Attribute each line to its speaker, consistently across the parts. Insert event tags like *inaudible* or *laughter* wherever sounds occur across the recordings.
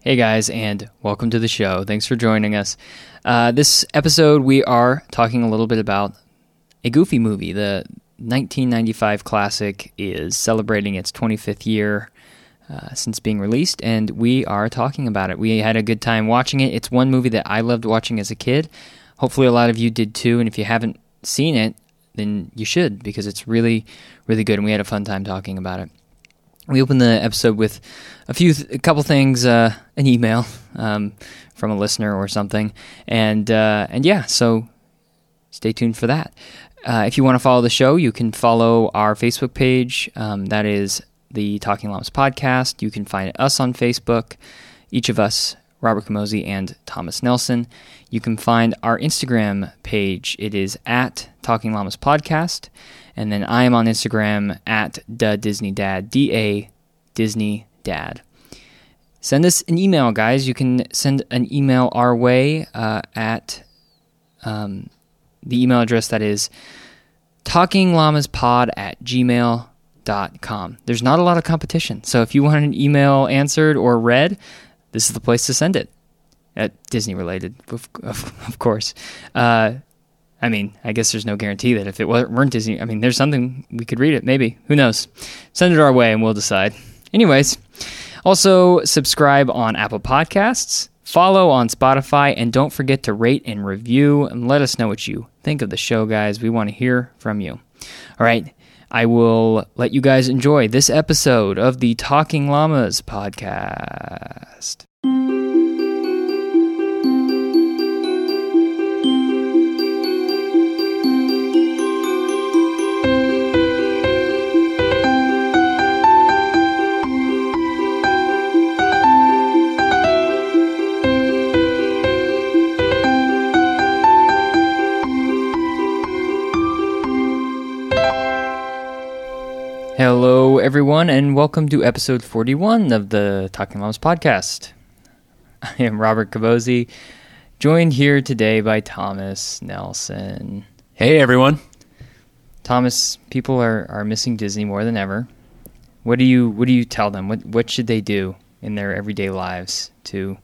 Speaker 1: Hey guys, and welcome to the show. Thanks for joining us. Uh, this episode, we are talking a little bit about a goofy movie. The 1995 classic is celebrating its 25th year uh, since being released, and we are talking about it. We had a good time watching it. It's one movie that I loved watching as a kid. Hopefully, a lot of you did too. And if you haven't seen it, then you should because it's really, really good, and we had a fun time talking about it. We opened the episode with a few, th- a couple things, uh, an email um, from a listener or something, and uh, and yeah, so stay tuned for that. Uh, if you want to follow the show, you can follow our Facebook page. Um, that is the Talking Llamas podcast. You can find us on Facebook, each of us, Robert Camozzi and Thomas Nelson. You can find our Instagram page. It is at Talking Llamas podcast. And then I am on Instagram at da Disney Dad, D A Disney Dad send us an email, guys. You can send an email our way uh, at um, the email address that is talkinglamaspod at gmail.com. There's not a lot of competition. So if you want an email answered or read, this is the place to send it. At Disney related, of, of, of course. Uh, I mean, I guess there's no guarantee that if it wa- weren't Disney, I mean, there's something we could read it, maybe. Who knows? Send it our way and we'll decide. Anyways, also subscribe on Apple Podcasts, follow on Spotify, and don't forget to rate and review and let us know what you think of the show, guys. We want to hear from you. All right, I will let you guys enjoy this episode of the Talking Llamas podcast. Hello, everyone, and welcome to episode 41 of the Talking Moms podcast. *laughs* I am Robert Cavozzi, joined here today by Thomas Nelson.
Speaker 2: Hey everyone.
Speaker 1: Thomas, people are, are missing Disney more than ever. What do you what do you tell them? What what should they do in their everyday lives to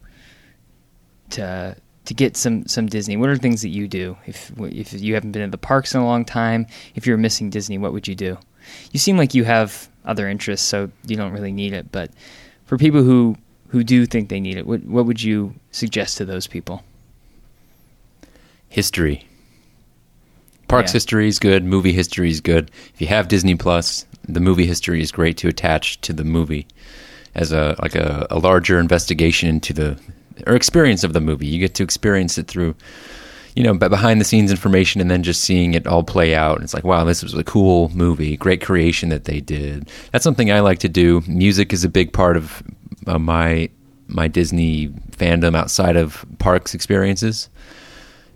Speaker 1: to to get some some Disney? What are things that you do if if you haven't been at the parks in a long time? If you're missing Disney, what would you do? You seem like you have other interests, so you don't really need it. But for people who who do think they need it, what what would you suggest to those people?
Speaker 2: History. Parks
Speaker 1: Yeah.
Speaker 2: history is good, movie history is good. If you have Disney Plus, the movie history is great to attach to the movie as a like a, a larger investigation into the or experience of the movie. You get to experience it through you know, but behind the scenes information and then just seeing it all play out. And it's like, wow, this was a cool movie, great creation that they did. That's something I like to do. Music is a big part of uh, my my Disney fandom outside of parks experiences.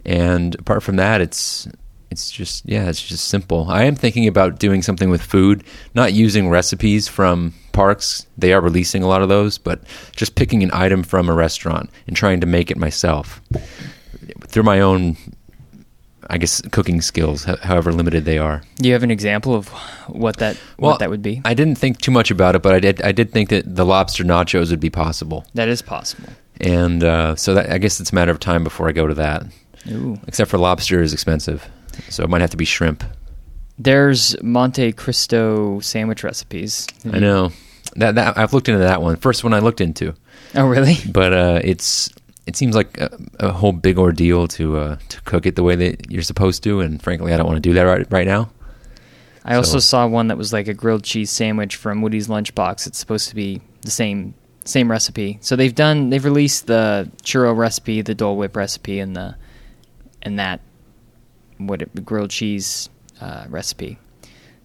Speaker 2: And apart from that, it's it's just yeah, it's just simple. I am thinking about doing something with food, not using recipes from parks. They are releasing a lot of those, but just picking an item from a restaurant and trying to make it myself through my own I guess cooking skills, ho- however limited they are.
Speaker 1: Do you have an example of what that what that would be?
Speaker 2: I didn't think too much about it, but I did. I did think that the lobster nachos would be possible,
Speaker 1: that is possible.
Speaker 2: and uh, so that, I guess it's a matter of time before I go to that.
Speaker 1: Ooh.
Speaker 2: Except for lobster is expensive, so it might have to be shrimp.
Speaker 1: There's Monte Cristo sandwich recipes.
Speaker 2: I know that, that I've looked into that one. First one I looked into,
Speaker 1: Oh, really?
Speaker 2: but uh, it's it seems like a, a whole big ordeal to uh, to cook it the way that you're supposed to, and frankly, I don't want to do that right right now.
Speaker 1: I also
Speaker 2: So-
Speaker 1: saw one that was like a grilled cheese sandwich from Woody's Lunchbox. It's supposed to be the same same recipe. So they've done they've released the churro recipe, the Dole Whip recipe, and the and that what it, grilled cheese uh, recipe.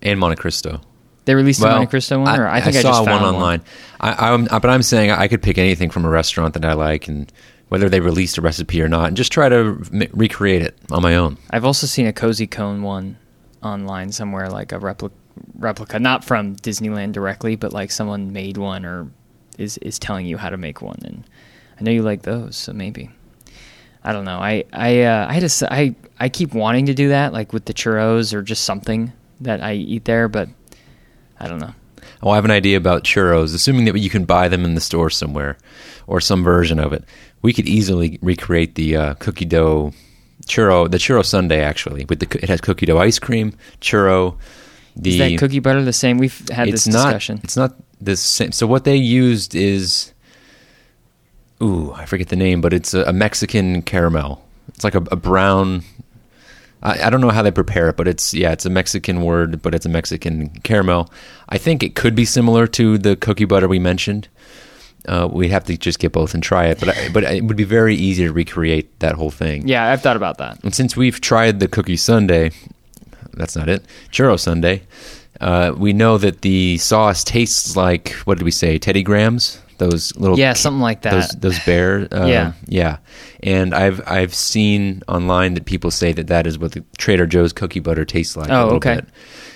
Speaker 2: And Monte Cristo.
Speaker 1: They released the
Speaker 2: Well,
Speaker 1: Monte Cristo one, or I think I,
Speaker 2: saw
Speaker 1: just found
Speaker 2: one online. I, I'm, but I'm saying I could pick anything from a restaurant that I like, and whether they released a recipe or not, and just try to m- recreate it on my own.
Speaker 1: I've also seen a cozy cone one online somewhere, like a replica, replica, not from Disneyland directly, but like someone made one or is is telling you how to make one. And I know you like those, so maybe I don't know. I I uh, I just I I keep wanting to do that, like with the churros or just something that I eat there, but I don't know.
Speaker 2: oh, I have an idea about churros, assuming that you can buy them in the store somewhere or some version of it. We could easily recreate the uh, cookie dough churro, the churro sundae actually. With the co- it has cookie dough ice cream, churro. The
Speaker 1: Is that cookie butter the same? We've had this
Speaker 2: not,
Speaker 1: discussion.
Speaker 2: It's not the same. So what they used is, ooh, I forget the name, but it's a, a Mexican caramel. It's like a, a brown. I, I don't know how they prepare it, but it's yeah, it's a Mexican word, but it's a Mexican caramel. I think it could be similar to the cookie butter we mentioned. Uh, we'd have to just get both and try it, but I, but it would be very easy to recreate that whole thing.
Speaker 1: Yeah, I've thought about that.
Speaker 2: And since we've tried the cookie Sunday, that's not it, churro Sunday, uh, we know that the sauce tastes like, what did we say, Teddy Grahams? Those little.
Speaker 1: Yeah, something like that.
Speaker 2: Those, those bear.
Speaker 1: *laughs*
Speaker 2: Uh,
Speaker 1: Yeah.
Speaker 2: Yeah. And I've, I've seen online that people say that that is what the Trader Joe's cookie butter tastes like. a
Speaker 1: Oh,
Speaker 2: little
Speaker 1: okay.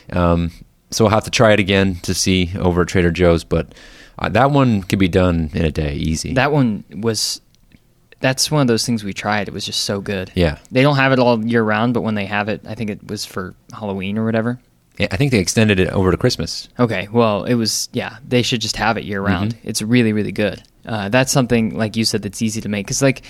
Speaker 2: bit. Um, so I'll have to try it again to see over at Trader Joe's, but uh, that one could be done in a day, easy.
Speaker 1: That one was. That's one of those things we tried. It was just so good.
Speaker 2: yeah.
Speaker 1: They don't have it all year round, but when they have it, I think it was for Halloween or whatever.
Speaker 2: I think they extended it over to Christmas.
Speaker 1: Okay, well, it was yeah. They should just have it year round. It's really really good. Uh, that's something like you said that's easy to make because like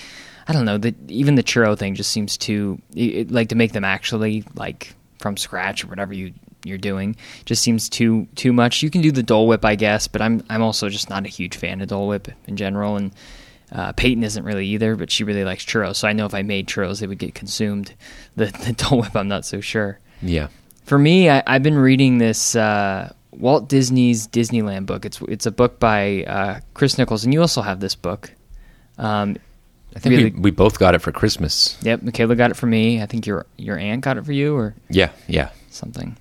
Speaker 1: I don't know that even the churro thing just seems too it- it, like to make them actually like from scratch or whatever you you're doing just seems too too much. You can do the Dole Whip, I guess, but I'm I'm also just not a huge fan of Dole Whip in general and. Uh, Peyton isn't really either, but she really likes churros. So I know if I made churros, they would get consumed. The, the Dole Whip, I'm not so sure.
Speaker 2: Yeah.
Speaker 1: For me, I, I've been reading this uh, Walt Disney's Disneyland book. It's it's a book by uh, Chris Nichols, and you also have this book. Um,
Speaker 2: I think
Speaker 1: Really-
Speaker 2: we, we both got it for Christmas.
Speaker 1: yep, Michaela got it for me. I think your your aunt got it for you or
Speaker 2: Yeah, yeah.
Speaker 1: something.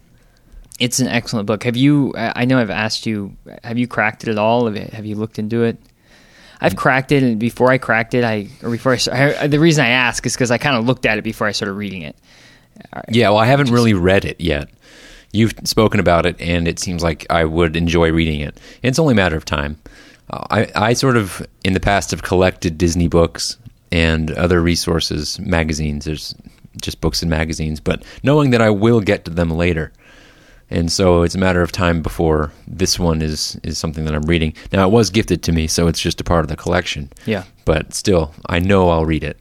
Speaker 1: It's an excellent book. Have you? I I know I've asked you. Have you cracked it at all? Have you, have you looked into it? I've cracked it, and before I cracked it, I or before I, s- I- the reason I ask is because I kind of looked at it before I started reading it.
Speaker 2: Yeah, well, I haven't really read it yet. You've spoken about it, and it seems like I would enjoy reading it. It's only a matter of time. Uh, I, I sort of, in the past, have collected Disney books and other resources, magazines. There's just books and magazines, but knowing that I will get to them later. And so it's a matter of time before this one is, is something that I'm reading. Now, it was gifted to me, so it's just a part of the collection.
Speaker 1: Yeah.
Speaker 2: But still, I know I'll read it.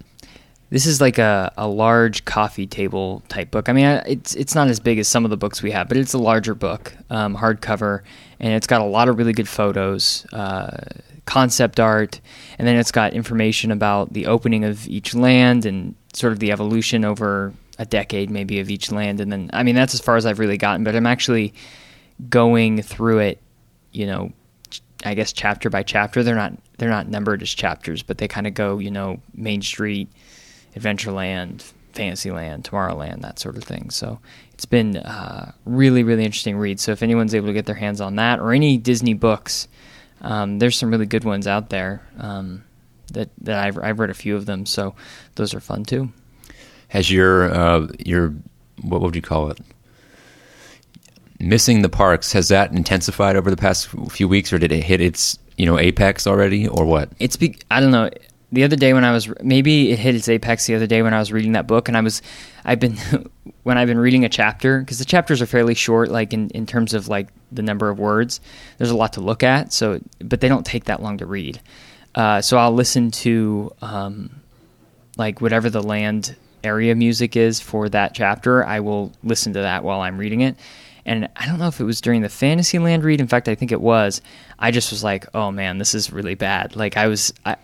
Speaker 1: This is like a, a large coffee table type book. I mean, I- it's it's not as big as some of the books we have, but it's a larger book, um, hardcover, and it's got a lot of really good photos, uh, concept art, and then it's got information about the opening of each land and sort of the evolution over a decade, maybe, of each land. And then, I mean, that's as far as I've really gotten. But I'm actually going through it, you know, ch- I guess chapter by chapter. They're not they're not numbered as chapters, but they kind of go, you know, Main Street, Adventureland, Fantasyland, Tomorrowland, that sort of thing. So it's been uh, really really interesting read. So if anyone's able to get their hands on that or any Disney books, um, there's some really good ones out there. Um, that, that I've, I've read a few of them, so those are fun too.
Speaker 2: has your uh, your what would you call it? Missing the parks has that intensified over the past few weeks, or did it hit its you know apex already, or what?
Speaker 1: it's be- I don't know. The other day when I was maybe it hit its apex the other day when I was reading that book and I was I've been *laughs* when I've been reading a chapter because the chapters are fairly short like in, in terms of like the number of words there's a lot to look at so but they don't take that long to read uh, so I'll listen to um, like whatever the land area music is for that chapter, I will listen to that while I'm reading it. And I don't know if it was during the Fantasyland read. In fact, I think it was. I just was like, "Oh man, this is really bad." Like I was, I,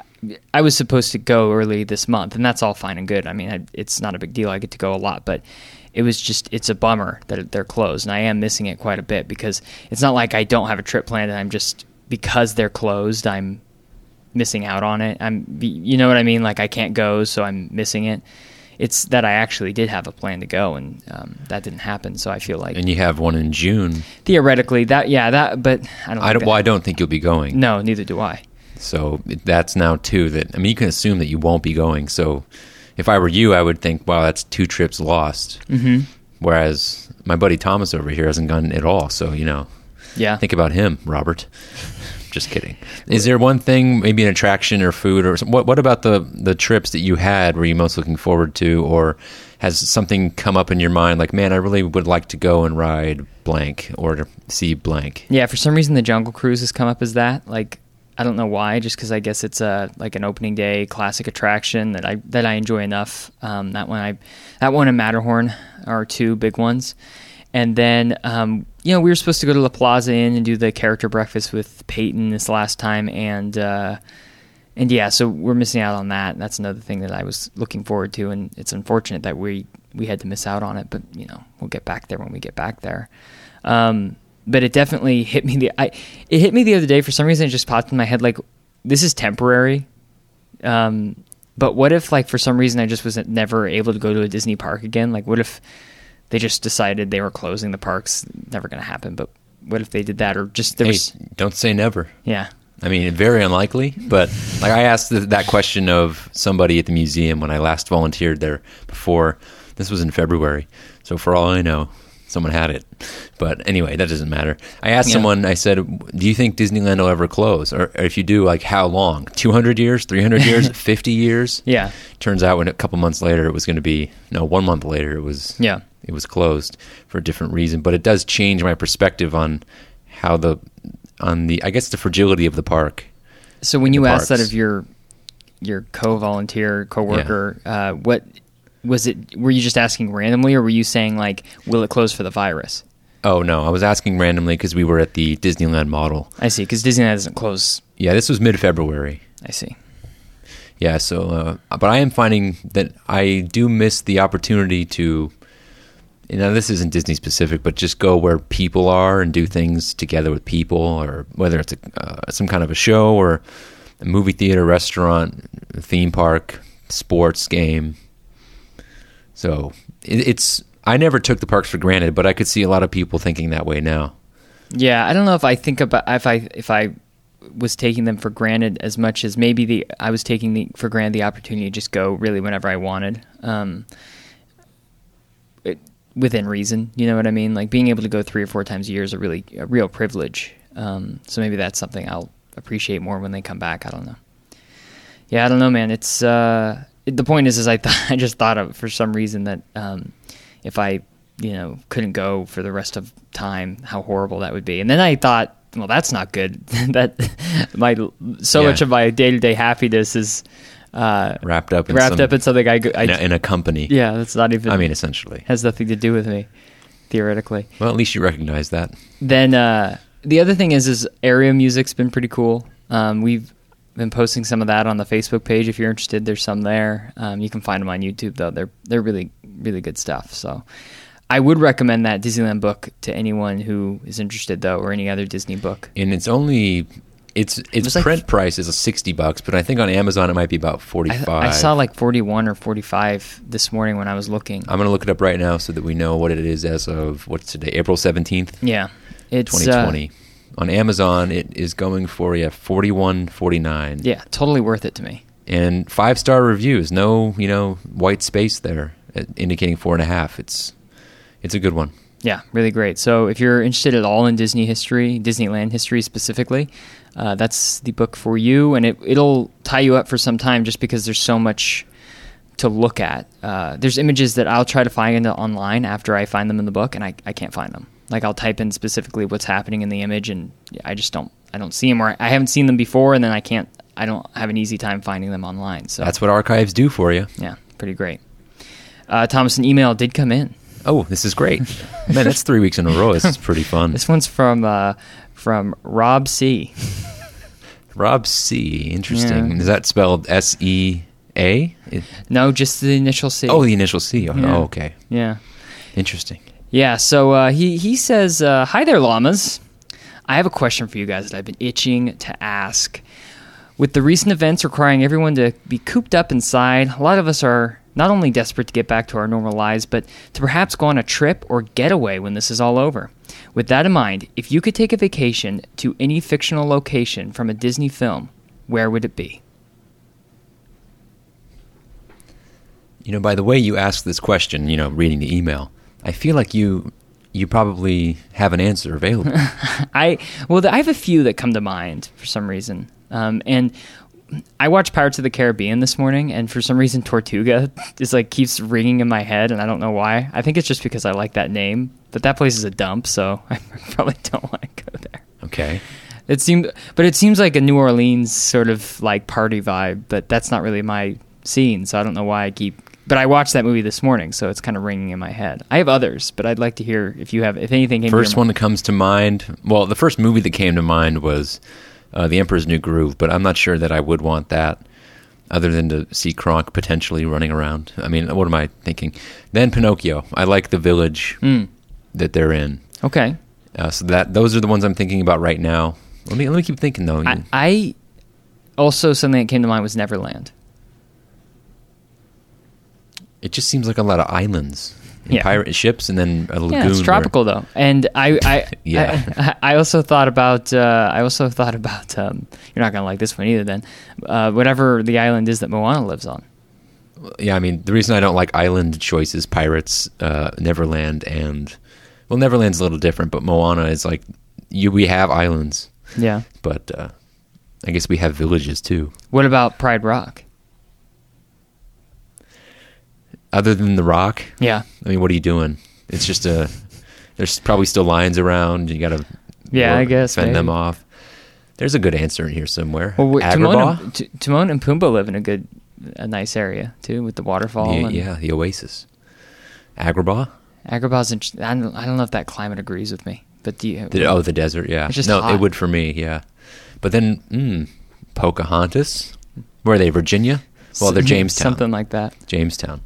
Speaker 1: I was supposed to go early this month, and that's all fine and good. I mean, I, it's not a big deal. I get to go a lot, but it was just it's a bummer that it- they're closed, and I am missing it quite a bit because it's not like I don't have a trip planned, and I'm just because they're closed, I'm missing out on it. I'm, you know what I mean? Like I can't go, so I'm missing it. It's that I actually did have a plan to go, and um, that didn't happen. So I feel like
Speaker 2: And you have one in June.
Speaker 1: theoretically that, yeah, that. But I don't.
Speaker 2: I
Speaker 1: think
Speaker 2: don't. Well, I
Speaker 1: that-
Speaker 2: don't think you'll be going.
Speaker 1: No, neither do I.
Speaker 2: So that's now two. That I mean, you can assume that you won't be going. So if I were you, I would think, wow, that's two trips lost. Mm-hmm. Whereas my buddy Thomas over here hasn't gone at all. So you know,
Speaker 1: Yeah,
Speaker 2: think about him, Robert. *laughs* Just kidding. Is there one thing, maybe an attraction or food or some, what? What about the the trips that you had? Were you most looking forward to, or has something come up in your mind like, man, I really would like to go and ride blank or to see blank?
Speaker 1: Yeah, for some reason the Jungle Cruise has come up as that. Like I don't know why, just because I guess it's a like an opening day classic attraction that I that I enjoy enough. Um, that one I that one and Matterhorn are two big ones, and then um, you know we were supposed to go to La Plaza Inn and do the character breakfast with Peyton this last time, and uh, and yeah, so we're missing out on that. That's another thing that I was looking forward to, and it's unfortunate that we we had to miss out on it. But you know, we'll get back there when we get back there. Um, but it definitely hit me the I it hit me the other day for some reason. It just popped in my head like this is temporary. Um, but what if like for some reason I just was never able to go to a Disney park again? Like what if they just decided they were closing the parks? Never going to happen. But what if they did that or just there
Speaker 2: Hey,
Speaker 1: was
Speaker 2: don't say never.
Speaker 1: yeah.
Speaker 2: I mean, very unlikely, but like I asked th- that question of somebody at the museum when I last volunteered there before. This was in February, so for all I know, someone had it. But anyway, that doesn't matter. I asked
Speaker 1: Yeah.
Speaker 2: someone. I said, "Do you think Disneyland will ever close? Or, or if you do, like how long? Two hundred years? Three hundred
Speaker 1: *laughs*
Speaker 2: years? Fifty years?"
Speaker 1: Yeah.
Speaker 2: Turns out, when a couple months later, it was going to be no. One month later, it was
Speaker 1: Yeah.
Speaker 2: it was closed for a different reason. But it does change my perspective on how the on the I guess the fragility of the park.
Speaker 1: So when you
Speaker 2: the
Speaker 1: asked that
Speaker 2: parks.
Speaker 1: of your your co-volunteer coworker, uh, what was it? Were you just asking randomly, or were you saying like, will it close for the virus?
Speaker 2: Oh no, I was asking randomly because we were at the Disneyland model.
Speaker 1: I see, because Disneyland doesn't close.
Speaker 2: Yeah, this was mid February.
Speaker 1: I see.
Speaker 2: Yeah, so uh, but I am finding that I do miss the opportunity to. You know, this isn't Disney specific, but just go where people are and do things together with people, or whether it's a, uh, some kind of a show or a movie theater, restaurant, theme park, sports game. So it, it's. I never took the parks for granted, but I could see a lot of people thinking that way now.
Speaker 1: Yeah, I don't know if I think about if I if I was taking them for granted as much as maybe the I was taking the for granted the opportunity to just go really whenever I wanted, um, it, within reason. You know what I mean? Like being able to go three or four times a year is a really a real privilege. Um, so maybe that's something I'll appreciate more when they come back. I don't know. Yeah, I don't know, man. It's uh, the point is, is I th- I just thought *laughs* of for some reason that um, if I you know couldn't go for the rest of time, how horrible that would be. And then I thought, well, that's not good. *laughs* that my so
Speaker 2: Yeah.
Speaker 1: much of my day to day happiness is uh,
Speaker 2: Wrapped up in
Speaker 1: wrapped
Speaker 2: some-
Speaker 1: up in something I, go- I
Speaker 2: in, a, in a company.
Speaker 1: yeah, that's not even.
Speaker 2: I mean, essentially.
Speaker 1: has nothing to do with me theoretically.
Speaker 2: Well, at least you recognize that.
Speaker 1: Then uh, the other thing is, is area music's been pretty cool. Um, we've been posting some of that on the Facebook page. If you're interested, there's some there. Um, you can find them on YouTube though. They're they're really really good stuff. So I would recommend that Disneyland book to anyone who is interested though, or any other Disney book.
Speaker 2: and it's only it's its
Speaker 1: was like-
Speaker 2: print price is sixty bucks, but I think on Amazon it might be about forty
Speaker 1: I,
Speaker 2: five.
Speaker 1: I saw like 41 or 45 this morning when I was looking.
Speaker 2: I'm gonna look it up right now so that we know what it is as of what's today, April seventeenth,
Speaker 1: yeah, it's uh,
Speaker 2: twenty twenty. On Amazon, it is going for yeah forty one forty nine.
Speaker 1: yeah, totally worth it to me.
Speaker 2: and five star reviews. No, you know, white space there, uh, indicating four and a half. It's it's a good one.
Speaker 1: Yeah, really great. So if you're interested at all in Disney history, Disneyland history specifically, uh, that's the book for you, and it it'll tie you up for some time just because there's so much to look at. Uh, there's images that I'll try to find online after I find them in the book, and I, I can't find them. Like I'll type in specifically what's happening in the image, and I just don't I don't see them, or I haven't seen them before, and then I can't I don't have an easy time finding them online. So
Speaker 2: That's what archives do for you.
Speaker 1: yeah, pretty great. Uh, Thomas, an email did come in.
Speaker 2: Oh, this is great, man! That's three weeks in a row. This is
Speaker 1: *laughs*
Speaker 2: pretty fun.
Speaker 1: This one's from uh, from Rob C.
Speaker 2: Rob C. Interesting.
Speaker 1: Yeah.
Speaker 2: Is that spelled S E A? It-
Speaker 1: No, just the initial C.
Speaker 2: Oh, the initial C. Oh,
Speaker 1: Yeah.
Speaker 2: oh, okay.
Speaker 1: yeah,
Speaker 2: Interesting.
Speaker 1: yeah. So uh, he he says, uh, "Hi there, llamas. I have a question for you guys that I've been itching to ask. With the recent events requiring everyone to be cooped up inside, a lot of us are." Not only desperate to get back to our normal lives, but to perhaps go on a trip or getaway when this is all over. With that in mind, if you could take a vacation to any fictional location from a Disney film, where would it be?
Speaker 2: You know, by the way you asked this question, you know, reading the email, I feel like you you probably have an answer available.
Speaker 1: *laughs* I well, I have a few that come to mind for some reason. Um, and I watched Pirates of the Caribbean this morning, and for some reason, Tortuga *laughs* is like keeps ringing in my head, and I don't know why. I think it's just because I like that name, but that place is a dump, so *laughs* I probably don't want to go there.
Speaker 2: okay.
Speaker 1: It seemed, but it seems like a New Orleans sort of like party vibe, but that's not really my scene, so I don't know why I keep. But I watched that movie this morning, so it's kind of ringing in my head. I have others, but I'd like to hear if you have if anything. Came to your
Speaker 2: First one that comes to mind. Well, the first movie that came to mind was uh, The Emperor's New Groove, but I'm not sure that I would want that other than to see Kronk potentially running around. I mean, what am I thinking? Then Pinocchio. I like the village
Speaker 1: Hmm.
Speaker 2: that they're in.
Speaker 1: mind. Okay,
Speaker 2: Uh, so that those are the ones I'm thinking about right now. Let me let me keep thinking though.
Speaker 1: I, I also something that came to mind was Neverland.
Speaker 2: it just seems like a lot of islands, and
Speaker 1: Yeah.
Speaker 2: pirate ships, and then a lagoon.
Speaker 1: Yeah, it's
Speaker 2: where-
Speaker 1: tropical though, and I, I
Speaker 2: *laughs* Yeah.
Speaker 1: I, *laughs* I also thought about, uh, I also thought about. Um, you're not gonna like this one either. Then, uh, whatever the island is that Moana lives on.
Speaker 2: yeah, I mean, the reason I don't like island choices, pirates, uh, Neverland, and well, Neverland's a little different, but Moana is like you. We have islands,
Speaker 1: Yeah.
Speaker 2: but uh, I guess we have villages too.
Speaker 1: What about Pride Rock?
Speaker 2: Other than the Rock,
Speaker 1: Yeah.
Speaker 2: I mean, what are you doing? It's just a. There's probably still lions around. You got to
Speaker 1: Yeah, I guess,
Speaker 2: fend them
Speaker 1: maybe.
Speaker 2: off. There's a good answer in here somewhere.
Speaker 1: Well, wait, Timon,
Speaker 2: Agrabah?
Speaker 1: and, T- Timon and Pumbaa live in a good, a nice area too, with the waterfall.
Speaker 2: The-
Speaker 1: and
Speaker 2: yeah, the oasis. Agrabah?
Speaker 1: Agrabah's. Interesting. I don't, I don't know if that climate agrees with me, but do you?
Speaker 2: The, oh, the desert. Yeah,
Speaker 1: It's just
Speaker 2: no,
Speaker 1: hot.
Speaker 2: it would for me. Yeah, but then mm, Pocahontas. Where are they? Virginia. Well,
Speaker 1: *laughs*
Speaker 2: they're Jamestown.
Speaker 1: Something like that.
Speaker 2: Jamestown.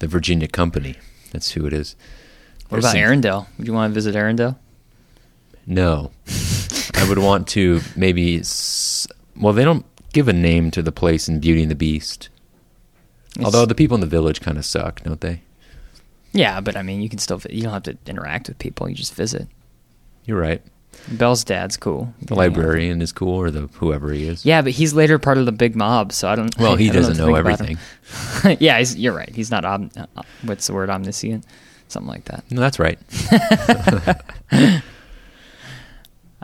Speaker 2: The Virginia Company. That's who it is.
Speaker 1: What
Speaker 2: There's
Speaker 1: about
Speaker 2: some-
Speaker 1: Arendelle? Would you want to visit Arendelle?
Speaker 2: No, I would want to maybe. s- Well, they don't give a name to the place in Beauty and the Beast.
Speaker 1: It's-
Speaker 2: Although the people in the village kind of suck, don't they?
Speaker 1: yeah, but I mean, you can still. vi- You don't have to interact with people. You just visit.
Speaker 2: You're right.
Speaker 1: Bell's dad's cool.
Speaker 2: The librarian is cool, or the whoever he is.
Speaker 1: Yeah, but he's later part of the big mob, so I don't.
Speaker 2: *laughs* Well, he
Speaker 1: I don't
Speaker 2: doesn't
Speaker 1: what
Speaker 2: know
Speaker 1: to think about
Speaker 2: everything.
Speaker 1: him. *laughs* yeah, he's, you're right. He's not. Om, uh, what's the word? Omniscient, something like that. *laughs*
Speaker 2: No, that's right.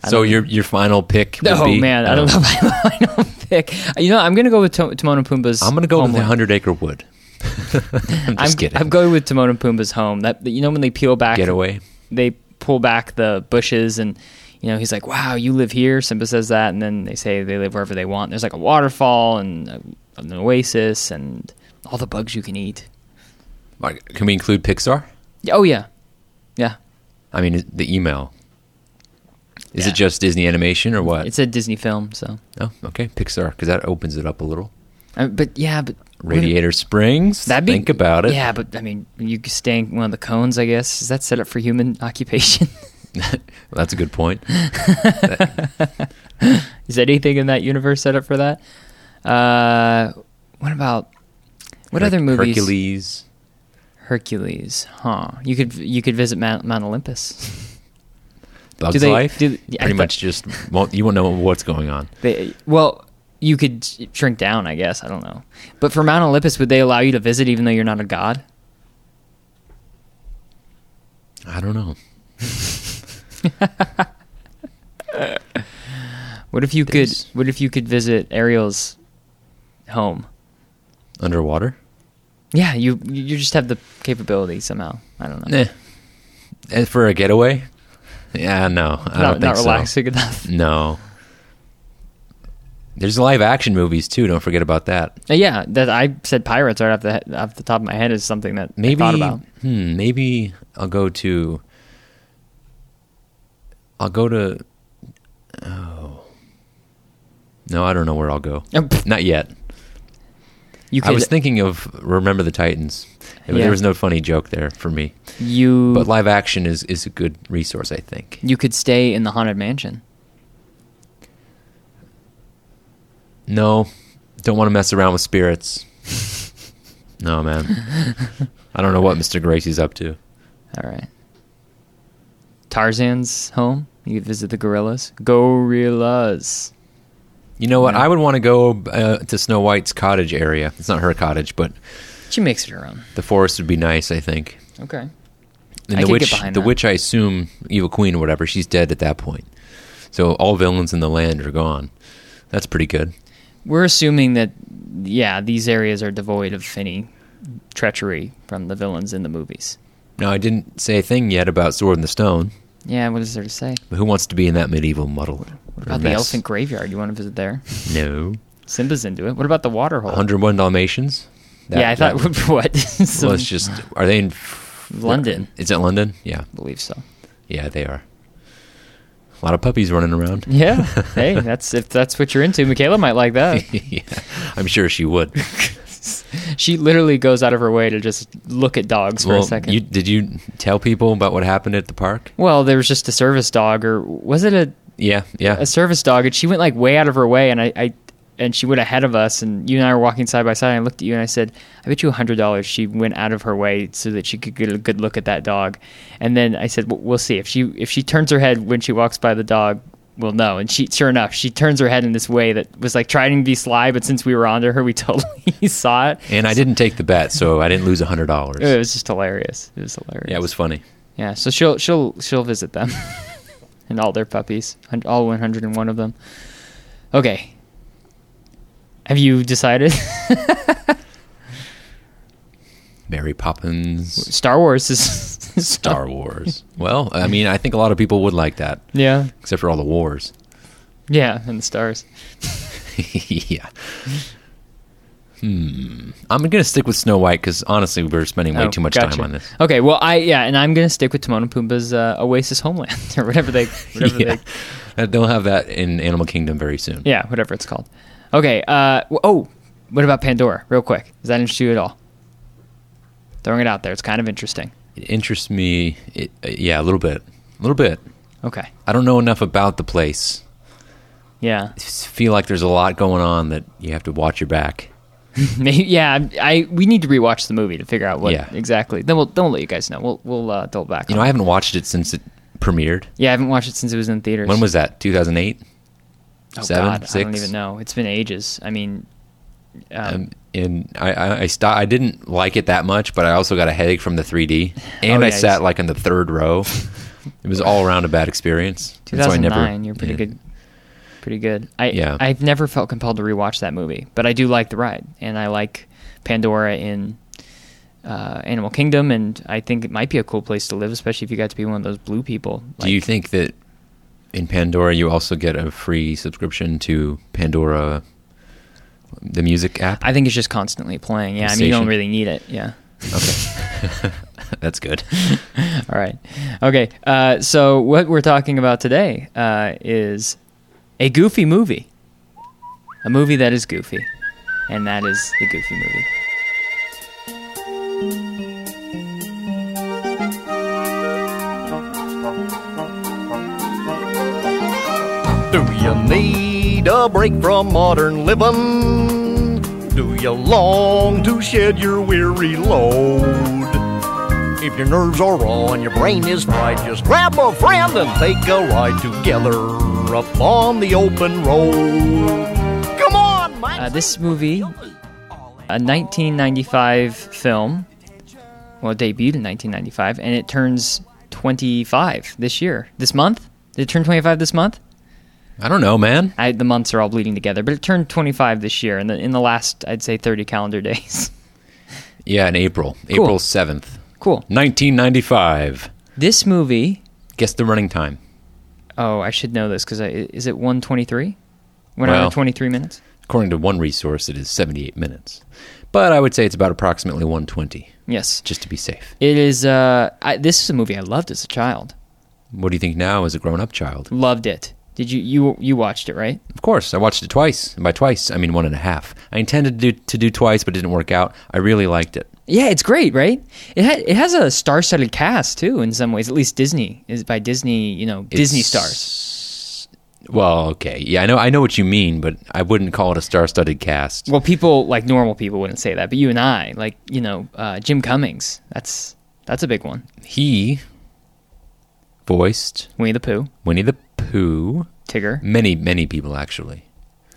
Speaker 1: I
Speaker 2: so
Speaker 1: don't-
Speaker 2: your your final pick? Would
Speaker 1: Oh
Speaker 2: be,
Speaker 1: man, I don't know
Speaker 2: um,
Speaker 1: if I *laughs* I don't pick. You know, I'm gonna go with Tim- Timon and Pumbaa's.
Speaker 2: I'm gonna go with the
Speaker 1: homeland.
Speaker 2: Hundred Acre Wood. *laughs* I'm just kidding.
Speaker 1: I'm going with Timon and Pumbaa's home. That you know when they peel back,
Speaker 2: Getaway.
Speaker 1: They pull back the bushes, and you know he's like, "Wow, you live here." Simba says that, and then they say they live wherever they want. There's like a waterfall and a, an oasis, and all the bugs you can eat.
Speaker 2: Like, Can we include Pixar?
Speaker 1: Oh yeah, yeah.
Speaker 2: I mean, is- the email. Is
Speaker 1: Yeah.
Speaker 2: it just Disney Animation or what?
Speaker 1: It's a Disney film, so.
Speaker 2: oh, okay, Pixar, because that opens it up a little.
Speaker 1: Uh, but yeah, but
Speaker 2: Radiator Springs.
Speaker 1: That'd be,
Speaker 2: think about it.
Speaker 1: Yeah, but I mean, you could stay in one of the cones, I guess. Is that set up for human *laughs* occupation?
Speaker 2: *laughs* Well, that's a good point.
Speaker 1: Is anything in that universe set up for that? Uh, what about what
Speaker 2: Her-
Speaker 1: other movies?
Speaker 2: Hercules.
Speaker 1: Hercules, huh? You could you could visit Mount, Mount Olympus. *laughs*
Speaker 2: Bugs
Speaker 1: they-
Speaker 2: Life.
Speaker 1: do- yeah, I
Speaker 2: Pretty
Speaker 1: thought-
Speaker 2: much just won't, you won't know what's going on.
Speaker 1: They, well, you could sh- shrink down, I guess. I don't know. But for Mount Olympus, would they allow you to visit even though you're not a god? *laughs*
Speaker 2: I
Speaker 1: *laughs*
Speaker 2: don't know.
Speaker 1: What if you
Speaker 2: There's-
Speaker 1: could? What if you could visit Ariel's home?
Speaker 2: Underwater.
Speaker 1: Yeah, you you just have the capability somehow. I don't know.
Speaker 2: Nah. And Eh. for a getaway? Yeah, no. I
Speaker 1: not
Speaker 2: don't think
Speaker 1: not
Speaker 2: so.
Speaker 1: relaxing *laughs* enough.
Speaker 2: No. There's live action movies too. Don't forget about that.
Speaker 1: Uh, Yeah, that I said pirates right off the he- off the top of my head is something that
Speaker 2: Maybe
Speaker 1: I thought about.
Speaker 2: Hmm, maybe I'll go to. I'll go to. Oh. No, I don't know where I'll go.
Speaker 1: Oh, pff,
Speaker 2: Not yet.
Speaker 1: You could
Speaker 2: I was thinking of Remember the Titans. There
Speaker 1: Yeah.
Speaker 2: was no funny joke there for me.
Speaker 1: you
Speaker 2: But live action is, is a good resource, I think.
Speaker 1: you could stay in the haunted mansion.
Speaker 2: No, don't want to mess around with spirits. no, man. I don't know what Mr. Gracie's up to.
Speaker 1: All right. Tarzan's home. You could visit the gorillas. Gorillas.
Speaker 2: You know what?
Speaker 1: Yeah.
Speaker 2: I would want to go uh, to Snow White's cottage area. It's not her cottage, but
Speaker 1: She makes it her own.
Speaker 2: the forest would be nice, I think.
Speaker 1: Okay. I
Speaker 2: And the
Speaker 1: could get
Speaker 2: witch,
Speaker 1: behind
Speaker 2: the
Speaker 1: that.
Speaker 2: witch, I assume evil queen or whatever, she's dead at that point. So all villains in the land are gone. That's pretty good.
Speaker 1: We're assuming that, yeah, these areas are devoid of any treachery from the villains in the movies.
Speaker 2: Now I didn't say a thing yet about Sword in the Stone,
Speaker 1: Yeah, what is there to say?
Speaker 2: but who wants to be in that medieval muddle?
Speaker 1: What about the elephant graveyard? You want to visit there?
Speaker 2: No.
Speaker 1: Simba's into it. What about the water hole?
Speaker 2: 101 Dalmatians. That-
Speaker 1: yeah, I
Speaker 2: that-
Speaker 1: thought *laughs* what? Some-
Speaker 2: well, it's just are they in
Speaker 1: London.
Speaker 2: Is it London? Yeah,
Speaker 1: I believe so.
Speaker 2: yeah, they are. A lot of puppies running around.
Speaker 1: *laughs* Yeah. hey, that's if that's what you're into, Michaela might like that.
Speaker 2: yeah, I'm sure
Speaker 1: *laughs*
Speaker 2: she would.
Speaker 1: She literally goes out of her way to just look at dogs for
Speaker 2: well,
Speaker 1: a second.
Speaker 2: You, did you tell people about what happened at the park?
Speaker 1: Well, there was just a service dog, or was it a,
Speaker 2: Yeah, yeah.
Speaker 1: a service dog? And she went like way out of her way, and I, I and she went ahead of us, and you and I were walking side by side. And I looked at you and I said, "I bet you hundred dollars she went out of her way so that she could get a good look at that dog." And then I said, well, "We'll see if she if she turns her head when she walks by the dog." Well, no, and she sure enough, she turns her head in this way that was like trying to be sly, but since we were onto her, we *laughs* totally saw it.
Speaker 2: and I didn't take the bet, so I didn't lose hundred dollars.
Speaker 1: It was just hilarious. It was hilarious.
Speaker 2: Yeah, it was funny.
Speaker 1: Yeah, so she'll she'll she'll visit them *laughs* and all their puppies, hun- all 101 of them. Okay. Have you decided? *laughs* *laughs*
Speaker 2: Mary Poppins,
Speaker 1: Star Wars is *laughs*
Speaker 2: Star Wars. well, I mean, I think a lot of people would like that,
Speaker 1: Yeah.
Speaker 2: except for all the wars. *laughs*
Speaker 1: Yeah, and the stars.
Speaker 2: yeah. Hmm. I'm gonna stick with Snow White because honestly, we're spending way
Speaker 1: Oh,
Speaker 2: too much
Speaker 1: gotcha.
Speaker 2: time on this.
Speaker 1: Okay, well I yeah, and I'm going to stick with Timon and Pumbaa's uh, Oasis Homeland *laughs* or whatever they whatever
Speaker 2: *laughs* yeah.
Speaker 1: they
Speaker 2: Uh, They'll have that in Animal Kingdom very soon.
Speaker 1: Yeah, whatever it's called. Okay, uh w- oh, what about Pandora real quick? Does that interest you at all? Throwing it out there. It's kind of interesting.
Speaker 2: It interests me. It, uh, yeah, a little bit. A little bit.
Speaker 1: Okay.
Speaker 2: I don't know enough about the place.
Speaker 1: Yeah.
Speaker 2: I just feel like there's a lot going on that you have to watch your back.
Speaker 1: Maybe, yeah, I we need to rewatch the movie to figure out what
Speaker 2: Yeah.
Speaker 1: exactly. Then we'll then we'll let you guys know. We'll we'll uh, double back.
Speaker 2: You know,
Speaker 1: on
Speaker 2: I
Speaker 1: it.
Speaker 2: haven't watched it since it premiered.
Speaker 1: yeah, I haven't watched it since it was in theaters.
Speaker 2: When was that? 2008?
Speaker 1: oh,
Speaker 2: seven,
Speaker 1: God, I don't
Speaker 2: six?
Speaker 1: even know. It's been ages. I mean, um,
Speaker 2: Um, and I, I, I, sto- I didn't like it that much, but I also got a headache from
Speaker 1: *laughs*
Speaker 2: the 3D. And
Speaker 1: Oh,
Speaker 2: I
Speaker 1: yeah,
Speaker 2: sat
Speaker 1: you-
Speaker 2: like in the third row.
Speaker 1: *laughs*
Speaker 2: it was all around a bad experience. That's why I
Speaker 1: 2009.
Speaker 2: never-
Speaker 1: you're pretty
Speaker 2: yeah.
Speaker 1: good. Pretty good. I
Speaker 2: Yeah.
Speaker 1: I've never felt compelled to rewatch that movie, but I do like the ride, and I like Pandora in uh, Animal Kingdom, and I think it might be a cool place to live, especially if you got to be one of those blue people.
Speaker 2: Do you think that in Pandora you also get a free subscription to Pandora, the music app?
Speaker 1: I think it's just constantly playing. Yeah, I mean, you
Speaker 2: Station.
Speaker 1: don't really need it. Yeah.
Speaker 2: Okay, *laughs* that's good.
Speaker 1: All right. Okay. Uh, so what we're talking about today uh, is a goofy movie, a movie that is goofy, and that is the Goofy movie.
Speaker 3: Do you need a break from modern living? Do you long to shed your weary load? If your nerves are raw and your brain is fried, just grab a friend and take a ride together up on the open road. Come on, Mike!
Speaker 1: Uh, this movie, a 1995 film, well, it debuted in 1995, and it turns 25 this year, this month. Did it turn 25 this month?
Speaker 2: I don't know, man.
Speaker 1: I, the months are all bleeding together, but it turned 25 this year in the in the last, I'd say, 30 calendar *laughs* days.
Speaker 2: Yeah, in April, April seventh,
Speaker 1: cool.
Speaker 2: nineteen ninety-five.
Speaker 1: This movie
Speaker 2: Guess the running time.
Speaker 1: Oh, I should know this because is it one twenty three? One
Speaker 2: Well-
Speaker 1: hour twenty three minutes.
Speaker 2: According to one resource, it is seventy-eight minutes, but I would say it's about approximately one twenty,
Speaker 1: Yes,
Speaker 2: just to be safe.
Speaker 1: it is. Uh, I, this is a movie I loved as a child.
Speaker 2: What do you think now as a grown-up child?
Speaker 1: Loved it. Did you you you watched it right?
Speaker 2: Of course, I watched it twice. And by twice, I mean one and a half. I intended to do, to do twice, but it didn't work out. I really liked it.
Speaker 1: Yeah, it's great, right? It had, it has a star-studded cast too in some ways. At least Disney is by Disney, you know, Disney
Speaker 2: It's-
Speaker 1: stars.
Speaker 2: Well, okay, yeah, I know, I know what you mean, but I wouldn't call it a star-studded cast.
Speaker 1: Well, people like normal people wouldn't say that, but you and I, like you know, uh, Jim Cummings. That's that's a big one.
Speaker 2: He voiced
Speaker 1: Winnie the Pooh,
Speaker 2: Winnie the Pooh.
Speaker 1: Tigger.
Speaker 2: Many, many people actually.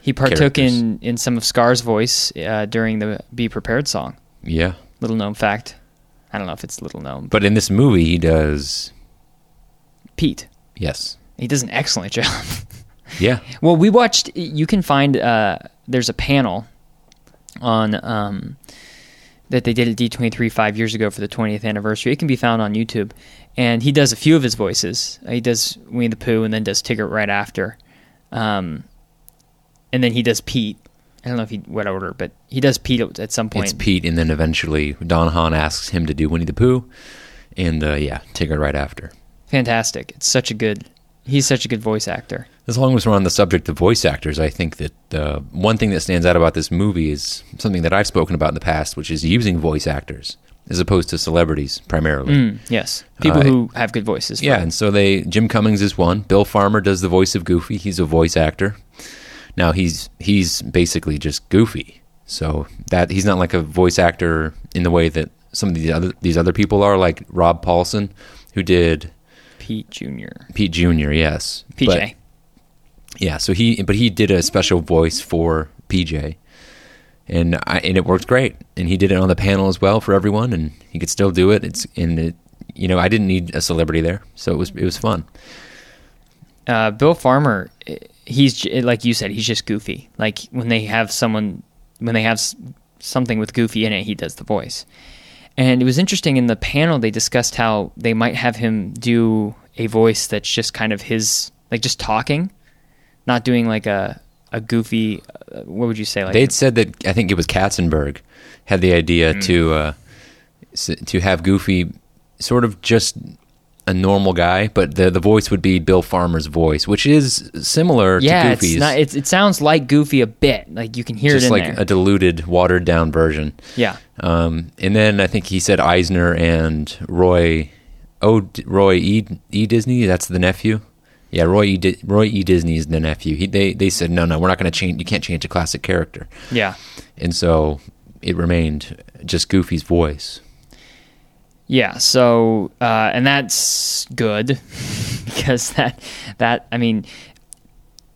Speaker 1: He partook
Speaker 2: Characters.
Speaker 1: in in some of Scar's voice uh, during the "Be Prepared" song.
Speaker 2: Yeah,
Speaker 1: Little known fact. I don't know if it's little known.
Speaker 2: But in this movie, he does.
Speaker 1: Pete,
Speaker 2: Yes.
Speaker 1: he does an excellent *laughs* job. *laughs*
Speaker 2: Yeah.
Speaker 1: Well, we watched. You can find uh, there's a panel on um, that they did at D23 five years ago for the 20th anniversary. It can be found on YouTube, and he does a few of his voices. Uh, He does Winnie the Pooh, and then does Tigger right after, um, and then he does Pete. I don't know if he what order, but he does Pete at at some point.
Speaker 2: It's Pete, and then eventually Don Hahn asks him to do Winnie the Pooh, and uh, yeah, Tigger right after.
Speaker 1: Fantastic! It's such a good. He's such a good voice actor.
Speaker 2: As long as we're on the subject of voice actors, I think that uh, one thing that stands out about this movie is something that I've spoken about in the past, which is using voice actors as opposed to celebrities primarily.
Speaker 1: Mm, yes, people
Speaker 2: Uh,
Speaker 1: who have good voices.
Speaker 2: Yeah, and so they Jim Cummings is one. Bill Farmer does the voice of Goofy. He's a voice actor. Now he's he's basically just Goofy. So that he's not like a voice actor in the way that some of these other these other people are, like Rob Paulson, who did
Speaker 1: Pete Junior.
Speaker 2: Pete Jr. Yes,
Speaker 1: PJ.
Speaker 2: But- yeah, so he but he did a special voice for PJ, and I, and it worked great. And he did it on the panel as well for everyone, and he could still do it. It's and it, you know I didn't need a celebrity there, so it was it was fun.
Speaker 1: uh, Bill Farmer, eh, he's j- like you said, he's just goofy. Like when they have someone, when they have s- something with goofy in it, he does the voice. And it was interesting in the panel they discussed how they might have him do a voice that's just kind of his, like just talking, not doing like a a goofy. Uh, what would you say? Like
Speaker 2: They had said that I think it was Katzenberg had the idea to uh, s- to have Goofy sort of just a normal guy, but the the voice would be Bill Farmer's voice, which is similar
Speaker 1: yeah,
Speaker 2: to Goofy's.
Speaker 1: it's not. It's, it sounds like Goofy a bit. Like you can hear
Speaker 2: just
Speaker 1: it in
Speaker 2: like
Speaker 1: there.
Speaker 2: a diluted, watered down version.
Speaker 1: yeah,
Speaker 2: Um, and then I think he said Eisner and Roy, oh Roy E E Disney. That's the nephew. Yeah, Roy E Di- Roy E Disney is the nephew. He, they they said no, no, we're not going to change. You can't change a classic character,
Speaker 1: yeah.
Speaker 2: and so it remained just Goofy's voice.
Speaker 1: Yeah. So, uh, and that's good *laughs* because that that I mean,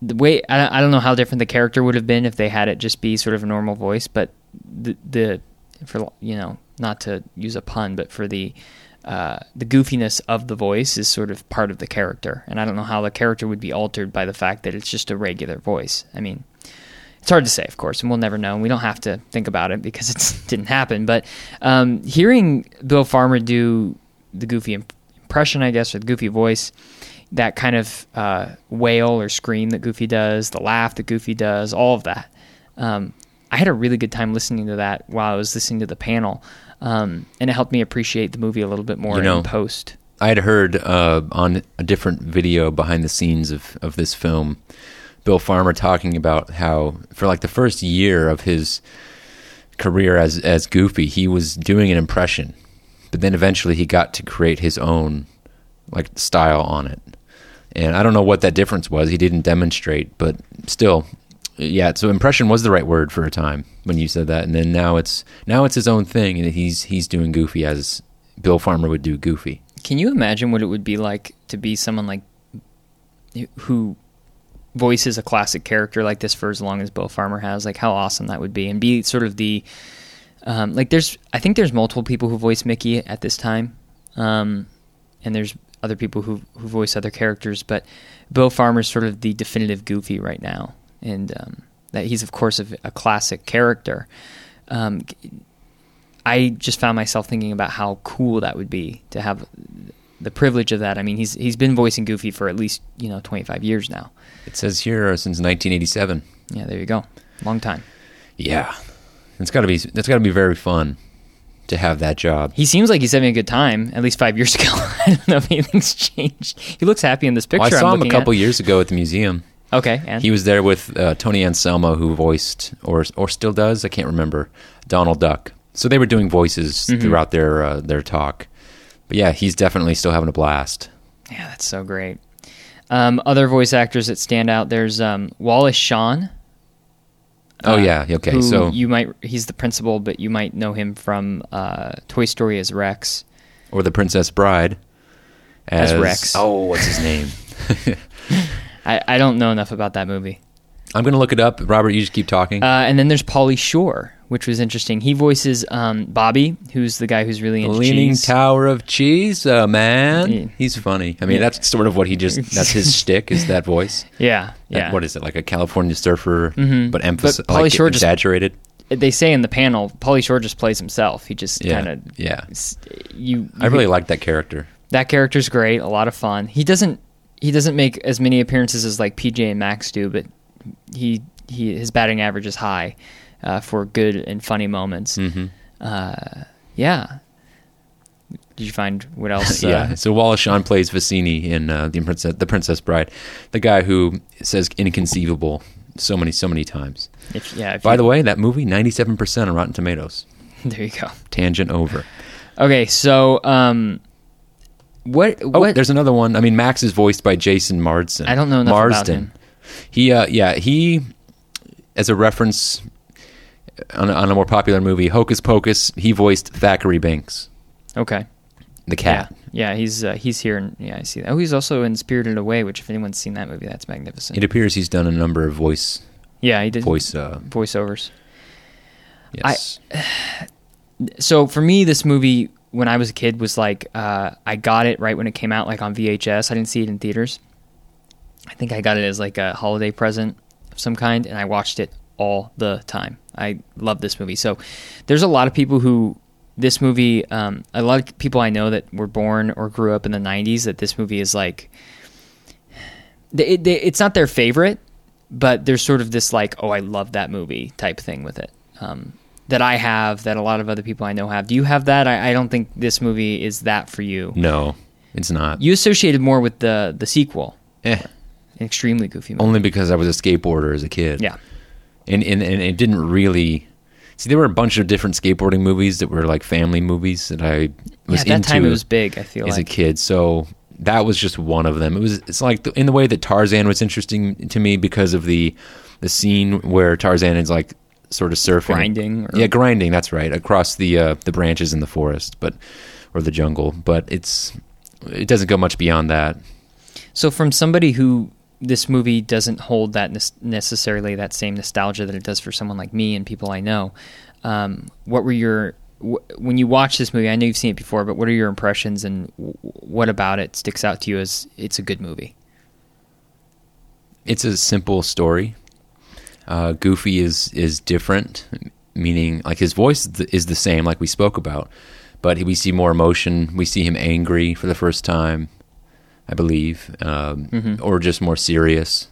Speaker 1: the way I, I don't know how different the character would have been if they had it just be sort of a normal voice, but the the for you know not to use a pun, but for the uh, the goofiness of the voice is sort of part of the character, and I don't know how the character would be altered by the fact that it's just a regular voice. I mean, it's hard to say, of course, and we'll never know. And we don't have to think about it because it *laughs* didn't happen. But um, hearing Bill Farmer do the goofy imp- impression, I guess, or the goofy voice, that kind of uh, wail or scream that Goofy does, the laugh that Goofy does, all of that. Um, I had a really good time listening to that while I was listening to the panel, um, and it helped me appreciate the movie a little bit more
Speaker 2: You know,
Speaker 1: in post.
Speaker 2: I had heard uh, on a different video behind the scenes of, of this film, Bill Farmer talking about how for like the first year of his career as as Goofy, he was doing an impression, but then eventually he got to create his own like style on it. And I don't know what that difference was. He didn't demonstrate, but still, yeah. So impression was the right word for a time when you said that, and then now it's now it's his own thing, and he's he's doing Goofy as Bill Farmer would do Goofy.
Speaker 1: Can you imagine what it would be like to be someone like who voices a classic character like this for as long as Bill Farmer has? Like how awesome that would be, and be sort of the um, like there's I think there's multiple people who voice Mickey at this time, um, and there's other people who who voice other characters, but Bill Farmer's sort of the definitive Goofy right now, and um, that he's of course a, a classic character. Um, I just found myself thinking about how cool that would be to have the privilege of that. I mean, he's he's been voicing Goofy for at least you know 25 years now.
Speaker 2: It says here uh, since 1987.
Speaker 1: Yeah, there you go, long time.
Speaker 2: Yeah, it's got to be that's got to be very fun to have that job.
Speaker 1: He seems like he's having a good time. At least five years *laughs* ago, I don't know if anything's changed. He looks happy in this picture.
Speaker 2: Well, I saw
Speaker 1: I'm
Speaker 2: him a
Speaker 1: looking
Speaker 2: couple
Speaker 1: At.
Speaker 2: years ago at the museum.
Speaker 1: Okay, and
Speaker 2: He was there with uh, Tony Anselmo, who voiced or or still does I can't remember Donald Duck. So they were doing voices
Speaker 1: Mm-hmm.
Speaker 2: throughout their uh, their talk. But yeah, he's definitely still having a blast.
Speaker 1: yeah, that's so great. Um, other voice actors that stand out. There's um, Wallace Shawn.
Speaker 2: Oh
Speaker 1: uh,
Speaker 2: yeah, okay.
Speaker 1: who
Speaker 2: So
Speaker 1: you might he's the principal, but you might know him from uh, Toy Story as Rex.
Speaker 2: or the Princess Bride
Speaker 1: As Rex.
Speaker 2: Oh, what's
Speaker 1: *laughs*
Speaker 2: his name?
Speaker 1: I, I don't know enough about that movie.
Speaker 2: I'm gonna look it up. Robert, you just keep talking.
Speaker 1: Uh, and then there's Polly Shore, which was interesting. He voices um, Bobby, who's the guy who's really into
Speaker 2: Leaning
Speaker 1: cheese.
Speaker 2: Tower of Cheese, uh, man.
Speaker 1: Yeah.
Speaker 2: He's funny. I mean, that's sort of what he just,
Speaker 1: *laughs*
Speaker 2: that's his shtick, is that voice.
Speaker 1: yeah,
Speaker 2: That-
Speaker 1: yeah.
Speaker 2: what is it, like a California surfer, but emphasis,
Speaker 1: Pauly
Speaker 2: like
Speaker 1: Shore just-
Speaker 2: exaggerated?
Speaker 1: they say in the panel, Paulie Shore just plays himself. He just
Speaker 2: Yeah.
Speaker 1: kind of
Speaker 2: yeah.
Speaker 1: you. *laughs*
Speaker 2: I really like that character.
Speaker 1: that character's great, a lot of fun. He doesn't he doesn't make as many appearances as like PJ and Max do, but he he his batting average is high uh, for good and funny moments. Mm-hmm. Uh, yeah. Did you find what else?
Speaker 2: *laughs*
Speaker 1: uh,
Speaker 2: yeah. So Wallace Shawn plays Vicini in uh, the Princess, the Princess Bride, the guy who says inconceivable so many, so many times.
Speaker 1: Uh, if, yeah. If
Speaker 2: By
Speaker 1: you-
Speaker 2: the way, that movie ninety-seven percent on Rotten Tomatoes.
Speaker 1: *laughs* there you go.
Speaker 2: Tangent over.
Speaker 1: Okay, so um, what
Speaker 2: Oh,
Speaker 1: what
Speaker 2: there's another one. I mean, Max is voiced by Jason Marsden.
Speaker 1: I don't know enough about him.
Speaker 2: He, uh, yeah, he, as a reference on a, on a more popular movie, Hocus Pocus. He voiced Thackeray Banks,
Speaker 1: okay.
Speaker 2: the cat.
Speaker 1: Yeah, he's uh, he's here, and yeah, I see that. Oh, he's also in Spirited Away, which if anyone's seen that movie, that's magnificent.
Speaker 2: It appears he's done a number of voice
Speaker 1: yeah, he did
Speaker 2: voice. Uh,
Speaker 1: voiceovers.
Speaker 2: yes.
Speaker 1: so for me, this movie when I was a kid was like uh, I got it right when it came out, like on VHS. I didn't see it in theaters. I think I got it as like a holiday present of some kind, and I watched it all the time. I love this movie. So there's a lot of people who this movie, um, a lot of people I know that were born or grew up in the '90s that this movie is like. *sighs* They, they, it's not their favorite, but there's sort of this like, oh, I love that movie type thing with it um, that I have that a lot of other people I know have. Do you have that? I, I don't think this movie is that for you.
Speaker 2: no, it's not.
Speaker 1: You associated more with the the sequel,
Speaker 2: Eh.
Speaker 1: an extremely goofy movie.
Speaker 2: Only because I was a skateboarder as a kid.
Speaker 1: yeah,
Speaker 2: and and, and it didn't really see there were a bunch of different skateboarding movies that were like family movies that i
Speaker 1: yeah.
Speaker 2: was
Speaker 1: At that
Speaker 2: into
Speaker 1: time, it was big. I feel
Speaker 2: as a
Speaker 1: like
Speaker 2: kid so that was just one of them it was it's like the, in the way that tarzan was interesting to me because of the the scene where tarzan is like sort of surfing
Speaker 1: Grinding or-
Speaker 2: yeah grinding that's right across the uh, the branches in the forest but or the jungle but it's it doesn't go much beyond that
Speaker 1: so. From somebody who this movie doesn't hold that nes- necessarily that same nostalgia that it does for someone like me and people I know. Um, what were your wh- when you watch this movie? I know you've seen it before, but what are your impressions and w- what about it sticks out to you as it's a good movie?
Speaker 2: it's a simple story. Uh, Goofy is is different, meaning like his voice is the, is the same, like we spoke about, but we see more emotion. We see him angry for the first time, I believe, um, or just more serious.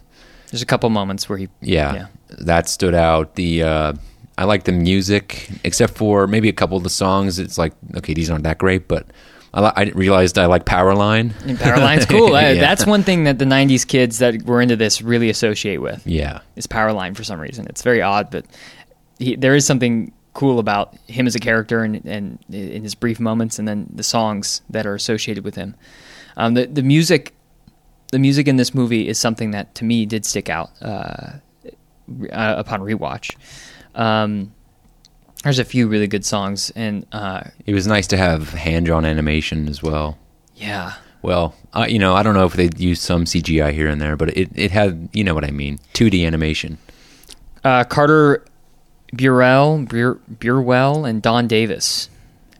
Speaker 1: There's a couple moments where he
Speaker 2: Yeah,
Speaker 1: Yeah.
Speaker 2: that stood out. The uh, I like the music, except for maybe a couple of the songs. It's like okay, these aren't that great, but I, li- I realized I like Powerline.
Speaker 1: And power
Speaker 2: *laughs*
Speaker 1: line's cool. Uh,
Speaker 2: Yeah.
Speaker 1: That's one thing that the '90s kids that were into this really associate with
Speaker 2: Yeah,
Speaker 1: is power line for some reason. It's very odd, but he, there is something cool about him as a character and, and in his brief moments, and then the songs that are associated with him. Um, the the music, the music in this movie is something that to me did stick out uh, re- uh, upon rewatch. Um, there's a few really good songs, and uh,
Speaker 2: it was nice to have hand drawn animation as well.
Speaker 1: yeah,
Speaker 2: Well, I you know, I don't know if they used some CGI here and there, but it, it had, you know what I mean, 2D animation.
Speaker 1: Uh, Carter Burrell, Bur- Burwell, and Don Davis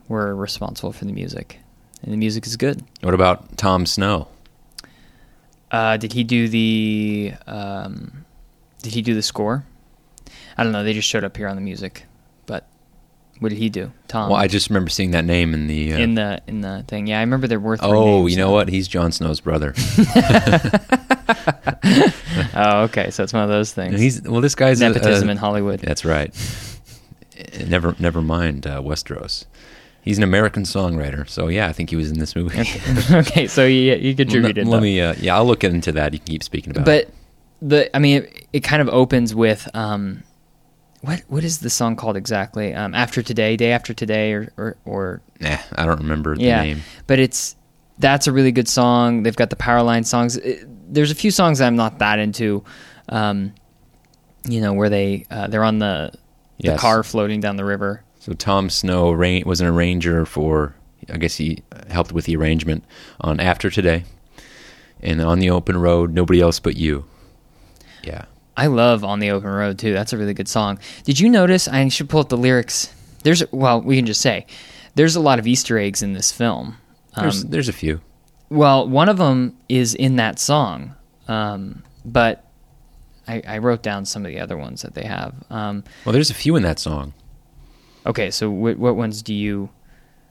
Speaker 1: were responsible for the music, and the music is good.
Speaker 2: What about Tom Snow?
Speaker 1: Uh, did he do the? Um, did he do the score? I don't know. They just showed up here on the music, but what did he do? Tom.
Speaker 2: Well, I just remember seeing that name in the. Uh,
Speaker 1: in the in the thing. Yeah, I remember there were. three
Speaker 2: oh,
Speaker 1: names.
Speaker 2: you know what? He's Jon Snow's brother.
Speaker 1: *laughs* Oh, okay. So it's one of those
Speaker 2: And
Speaker 1: things.
Speaker 2: he's well, this guy's a-
Speaker 1: nepotism
Speaker 2: a-
Speaker 1: in Hollywood.
Speaker 2: That's right. Eh, never, never mind uh, Westeros. He's an American songwriter, so yeah, I think he was in this movie.
Speaker 1: *laughs* *laughs* okay, so you, you
Speaker 2: let,
Speaker 1: contributed.
Speaker 2: let
Speaker 1: though.
Speaker 2: me. Uh, yeah, I'll look into that. You can keep speaking about. it.
Speaker 1: but the I mean it, it kind of opens with um what what is the song called exactly um after today day after today or or, or
Speaker 2: Nah, I don't remember the
Speaker 1: yeah
Speaker 2: name.
Speaker 1: but it's that's a really good song they've got the power line songs It- there's a few songs that I'm not that into um you know where they uh, they're on the the
Speaker 2: Yes.
Speaker 1: car floating down the river
Speaker 2: So Tom Snow arra- was an arranger for, I guess he helped with the arrangement on After Today, and on the open road, nobody else but you. Yeah,
Speaker 1: I love On the Open Road too. That's a really good song. Did you notice? I should pull up the lyrics. There's well, we can just say there's a lot of Easter eggs in this film.
Speaker 2: There's, there's a few.
Speaker 1: Well, one of them is in that song, um, but I, I wrote down some of the other ones that they have. Um,
Speaker 2: Well, there's a few in that song.
Speaker 1: okay, so wh- what ones do you?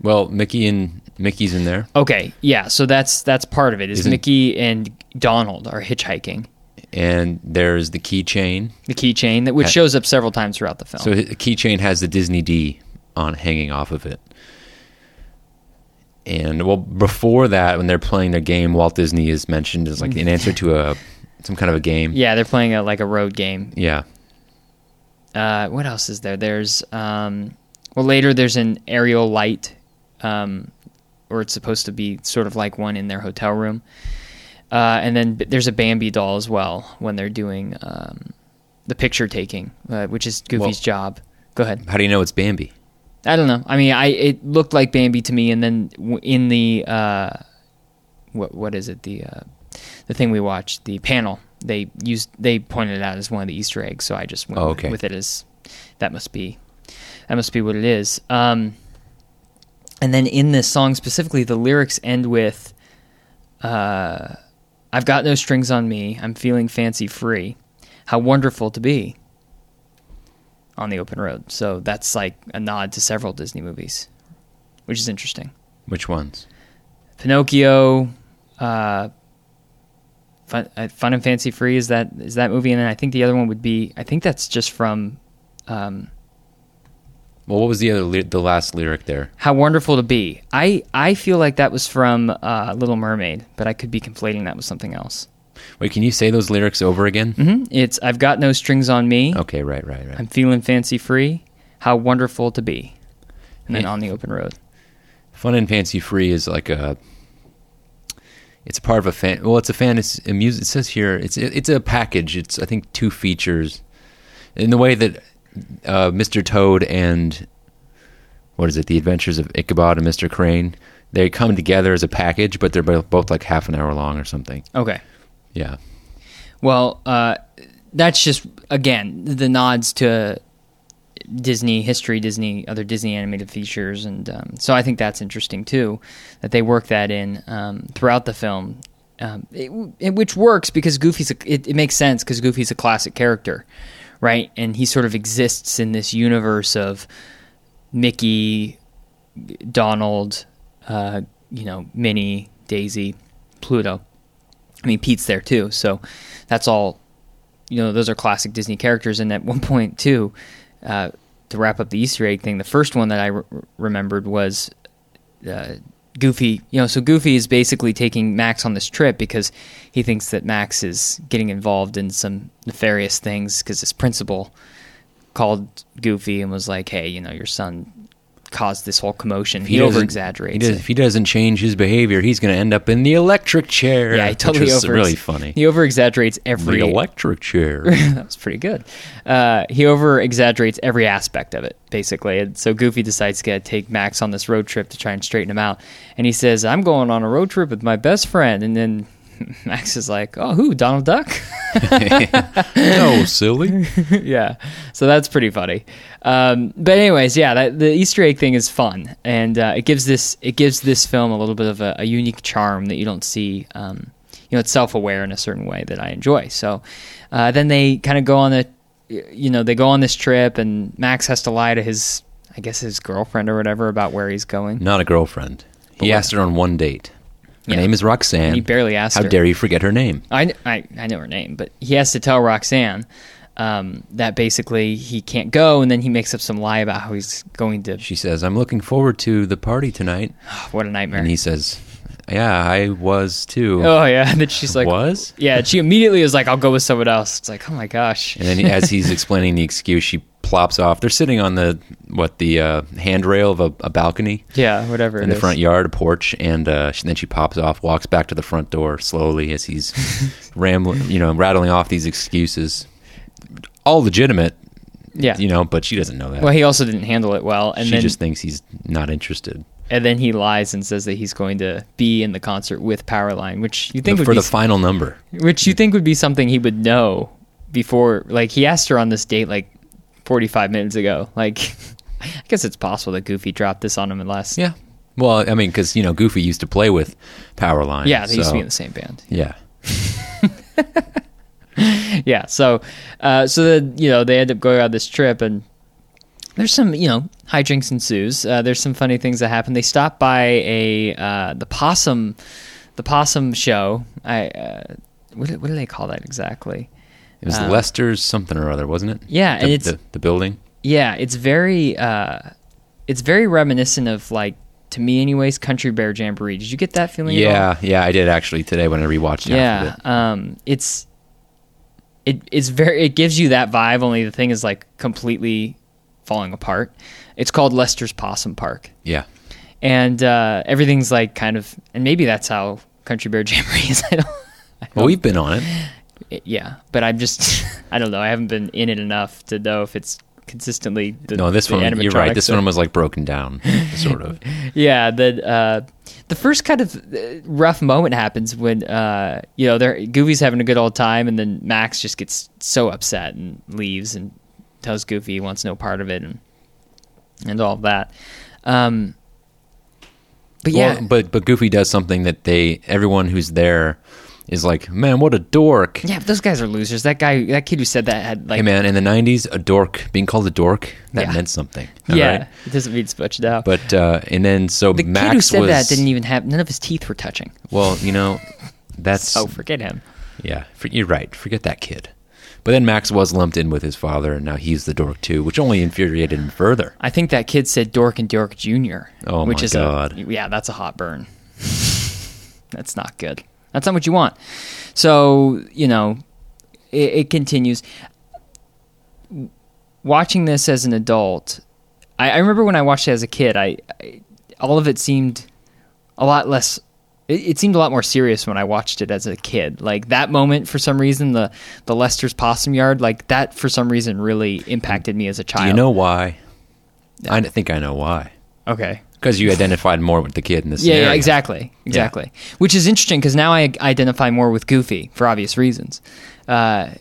Speaker 2: Well, Mickey and Mickey's in there,
Speaker 1: Okay, yeah, so that's that's part of it. Is
Speaker 2: Isn't-
Speaker 1: Mickey and Donald are hitchhiking
Speaker 2: and there's the keychain.
Speaker 1: the keychain that which
Speaker 2: Ha-
Speaker 1: shows up several times throughout the film.
Speaker 2: So hi- the keychain has the Disney D on hanging off of it. And well, before that, when they're playing their game, Walt Disney is mentioned as like an answer to a some kind of a game.
Speaker 1: *laughs* yeah, they're playing a, like a road game.
Speaker 2: Yeah.
Speaker 1: Uh, what else is there? There's um, well later there's an aerial light, um, or it's supposed to be sort of like one in their hotel room, uh, and then b- there's a Bambi doll as well when they're doing um, the picture taking, uh, which is Goofy's
Speaker 2: Well-
Speaker 1: job. Go ahead.
Speaker 2: How do you know it's Bambi?
Speaker 1: I don't know. I mean, I it looked like Bambi to me, and then w- in the uh, what what is it the uh, the thing we watched the panel they used they pointed it out as one of the Easter eggs, so I just went
Speaker 2: Oh, okay.
Speaker 1: with it as that must be that must be what it is. Um, and then in this song specifically, the lyrics end with uh, "I've got no strings on me. I'm feeling fancy free. How wonderful to be." on the open road. So that's like a nod to several Disney movies, which is interesting.
Speaker 2: Which ones?
Speaker 1: Pinocchio, uh, Fun, uh, Fun and Fancy Free is that is that movie, and then I think the other one would be I think that's just from um,
Speaker 2: Well, what was the other ly- the last lyric there?
Speaker 1: How Wonderful to Be. I I feel like that was from uh, Little Mermaid, but I could be conflating that with something else.
Speaker 2: Wait, can you say those lyrics over again?
Speaker 1: Hmm? It's I've got no strings on me.
Speaker 2: Okay, right, right, right.
Speaker 1: I'm feeling fancy free. How wonderful to be, and then
Speaker 2: Yeah.
Speaker 1: on the open road.
Speaker 2: Fun and fancy free is like a. It's a part of a fan. Well, it's a fantasy. a mus- It says here it's it's a package. It's I think two features, in the way that uh, Mr. Toad and what is it, The Adventures of Ichabod and Mr. Crane, they come together as a package, but they're bo- both like half an hour long or something.
Speaker 1: Okay.
Speaker 2: Yeah,
Speaker 1: Well, uh, that's just again the nods to Disney history, Disney other Disney animated features, and um, so I think that's interesting too that they work that in um, throughout the film, um, it, it- which works because Goofy's a, it, it makes sense because Goofy's a classic character, right? And he sort of exists in this universe of Mickey, Donald, uh, you know, Minnie, Daisy, Pluto. I mean, Pete's there too. So that's all, you know, those are classic Disney characters. And at one point, too, uh, to wrap up the Easter egg thing, the first one that I re- remembered was uh, Goofy. You know, so Goofy is basically taking Max on this trip because he thinks that Max is getting involved in some nefarious things because his principal called Goofy and was like, hey, you know, your son caused this whole commotion. He,
Speaker 2: doesn't-
Speaker 1: over exaggerates.
Speaker 2: he does- If he doesn't change his behavior, he's going to end up in the electric chair.
Speaker 1: Yeah, he totally
Speaker 2: which was
Speaker 1: over.
Speaker 2: Really funny.
Speaker 1: He over exaggerates every.
Speaker 2: the electric chair.
Speaker 1: *laughs* that was pretty good. Uh, he over exaggerates every aspect of it, basically. And so Goofy decides to get- take Max on this road trip to try and straighten him out. And he says, "I'm going on a road trip with my best friend." And then *laughs* Max is like, "Oh, who? Donald Duck?" *laughs*
Speaker 2: no, silly.
Speaker 1: yeah. So that's pretty funny. Um, but anyways, yeah, that, the Easter egg thing is fun, and uh, it gives this it gives this film a little bit of a, a unique charm that you don't see. Um, you know, it's self aware in a certain way that I enjoy. So uh, then they kind of go on the you know they go on this trip, and Max has to lie to his I guess his girlfriend or whatever about where he's going.
Speaker 2: Not a girlfriend. He asked her on one date. Her
Speaker 1: Yeah.
Speaker 2: name is Roxanne.
Speaker 1: He barely asked
Speaker 2: How
Speaker 1: her.
Speaker 2: dare you forget her name?
Speaker 1: I, I, I know her name, but he has to tell Roxanne um, that basically he can't go, and then he makes up some lie about how he's going to.
Speaker 2: She says, I'm looking forward to the party tonight.
Speaker 1: What a nightmare!
Speaker 2: And he says, Yeah, I was too.
Speaker 1: oh yeah, *laughs* and then she's like,
Speaker 2: was?
Speaker 1: Yeah, and she immediately is like, "I'll go with someone else." It's like, oh my gosh.
Speaker 2: And then he- as he's explaining the excuse, she plops off. They're sitting on the, what, the uh, handrail of a, a balcony
Speaker 1: *laughs* yeah, whatever.
Speaker 2: in
Speaker 1: it
Speaker 2: the
Speaker 1: is.
Speaker 2: front yard, a porch. And uh, she, then she pops off, walks back to the front door slowly
Speaker 1: *laughs*
Speaker 2: as he's rambling, you know, rattling off these excuses. All legitimate,
Speaker 1: Yeah.
Speaker 2: you know, but she doesn't know that.
Speaker 1: well, he also didn't handle it well, and
Speaker 2: she
Speaker 1: then
Speaker 2: just thinks he's not interested.
Speaker 1: and then he lies and says that he's going to be in the concert with Powerline, which you think
Speaker 2: The-
Speaker 1: would
Speaker 2: Mm. for
Speaker 1: be
Speaker 2: the final number.
Speaker 1: which you think would be something he would know before like he asked her on this date like 45 minutes ago like *laughs* i guess it's possible that goofy dropped this on him last
Speaker 2: Yeah. Well, I mean, because you know, Goofy used to play with Powerline.
Speaker 1: yeah they used to
Speaker 2: so-
Speaker 1: be in the same band
Speaker 2: Yeah.
Speaker 1: yeah so uh so then you know they end up going on this trip and there's some you know hijinks ensues uh, there's some funny things that happen they stop by a uh the possum the possum show i uh what, do- what do they call that exactly
Speaker 2: It was Lester's something or other, wasn't it?
Speaker 1: Uh, Yeah,
Speaker 2: the,
Speaker 1: and it's-
Speaker 2: the, the building.
Speaker 1: Yeah, it's very uh it's very reminiscent of like to me anyways Country Bear Jamboree. Did you get that feeling? at all?
Speaker 2: Yeah, yeah, I did actually today when I rewatched it.
Speaker 1: Yeah.
Speaker 2: after
Speaker 1: Um it's it it's very it gives you that vibe only the thing is like completely falling apart. It's called Lester's Possum Park.
Speaker 2: the- yeah.
Speaker 1: And uh everything's like kind of and maybe that's how Country Bear *laughs* Jamboree is. I don't
Speaker 2: Well, we've been on it.
Speaker 1: it- yeah, but I'm just *laughs* I don't know. I haven't been in it enough to know if it's consistently the
Speaker 2: No, this
Speaker 1: the
Speaker 2: one, you're right.
Speaker 1: animatronics
Speaker 2: This
Speaker 1: are-
Speaker 2: one was like broken down, sort of.
Speaker 1: yeah the uh the first kind of uh, rough moment happens when uh you know they're goofy's having a good old time and then max just gets so upset and leaves and tells goofy he wants no part of it and and all of that um but *laughs* yeah
Speaker 2: Well, but but Goofy does something that they everyone who's there is like, man, what a dork.
Speaker 1: yeah but those guys are losers that guy that kid who said that had like
Speaker 2: Hey man, in the '90s, a dork being called a dork that
Speaker 1: Yeah.
Speaker 2: meant something. all
Speaker 1: yeah
Speaker 2: right?
Speaker 1: it doesn't mean it's much now
Speaker 2: But uh, and then so
Speaker 1: the
Speaker 2: Max
Speaker 1: kid who said
Speaker 2: was
Speaker 1: that didn't even have none of his teeth were touching
Speaker 2: well, you know, that's
Speaker 1: oh forget him
Speaker 2: yeah. For, you're right. Forget that kid. But then Max was lumped in with his father, and now he's the dork too, which only infuriated him further.
Speaker 1: I think that kid said Dork and Dork Jr.
Speaker 2: Oh,
Speaker 1: which
Speaker 2: my
Speaker 1: is
Speaker 2: God.
Speaker 1: A, yeah, that's a hot burn. *laughs* that's not good. That's not what you want. So you know, it, it continues. Watching this as an adult, I, I remember when I watched it as a kid. I, I all of it seemed a lot less. It, it seemed a lot more serious when I watched it as a kid. Like that moment, for some reason, the the Lester's Possum Yard, like that, for some reason, really impacted me as a
Speaker 2: Do
Speaker 1: child.
Speaker 2: you know why? I think I know why.
Speaker 1: Okay.
Speaker 2: Because you identified more with the kid in this.
Speaker 1: Yeah, yeah,
Speaker 2: scenario.
Speaker 1: exactly, exactly. Which is interesting because now I identify more with Goofy for obvious reasons. Uh,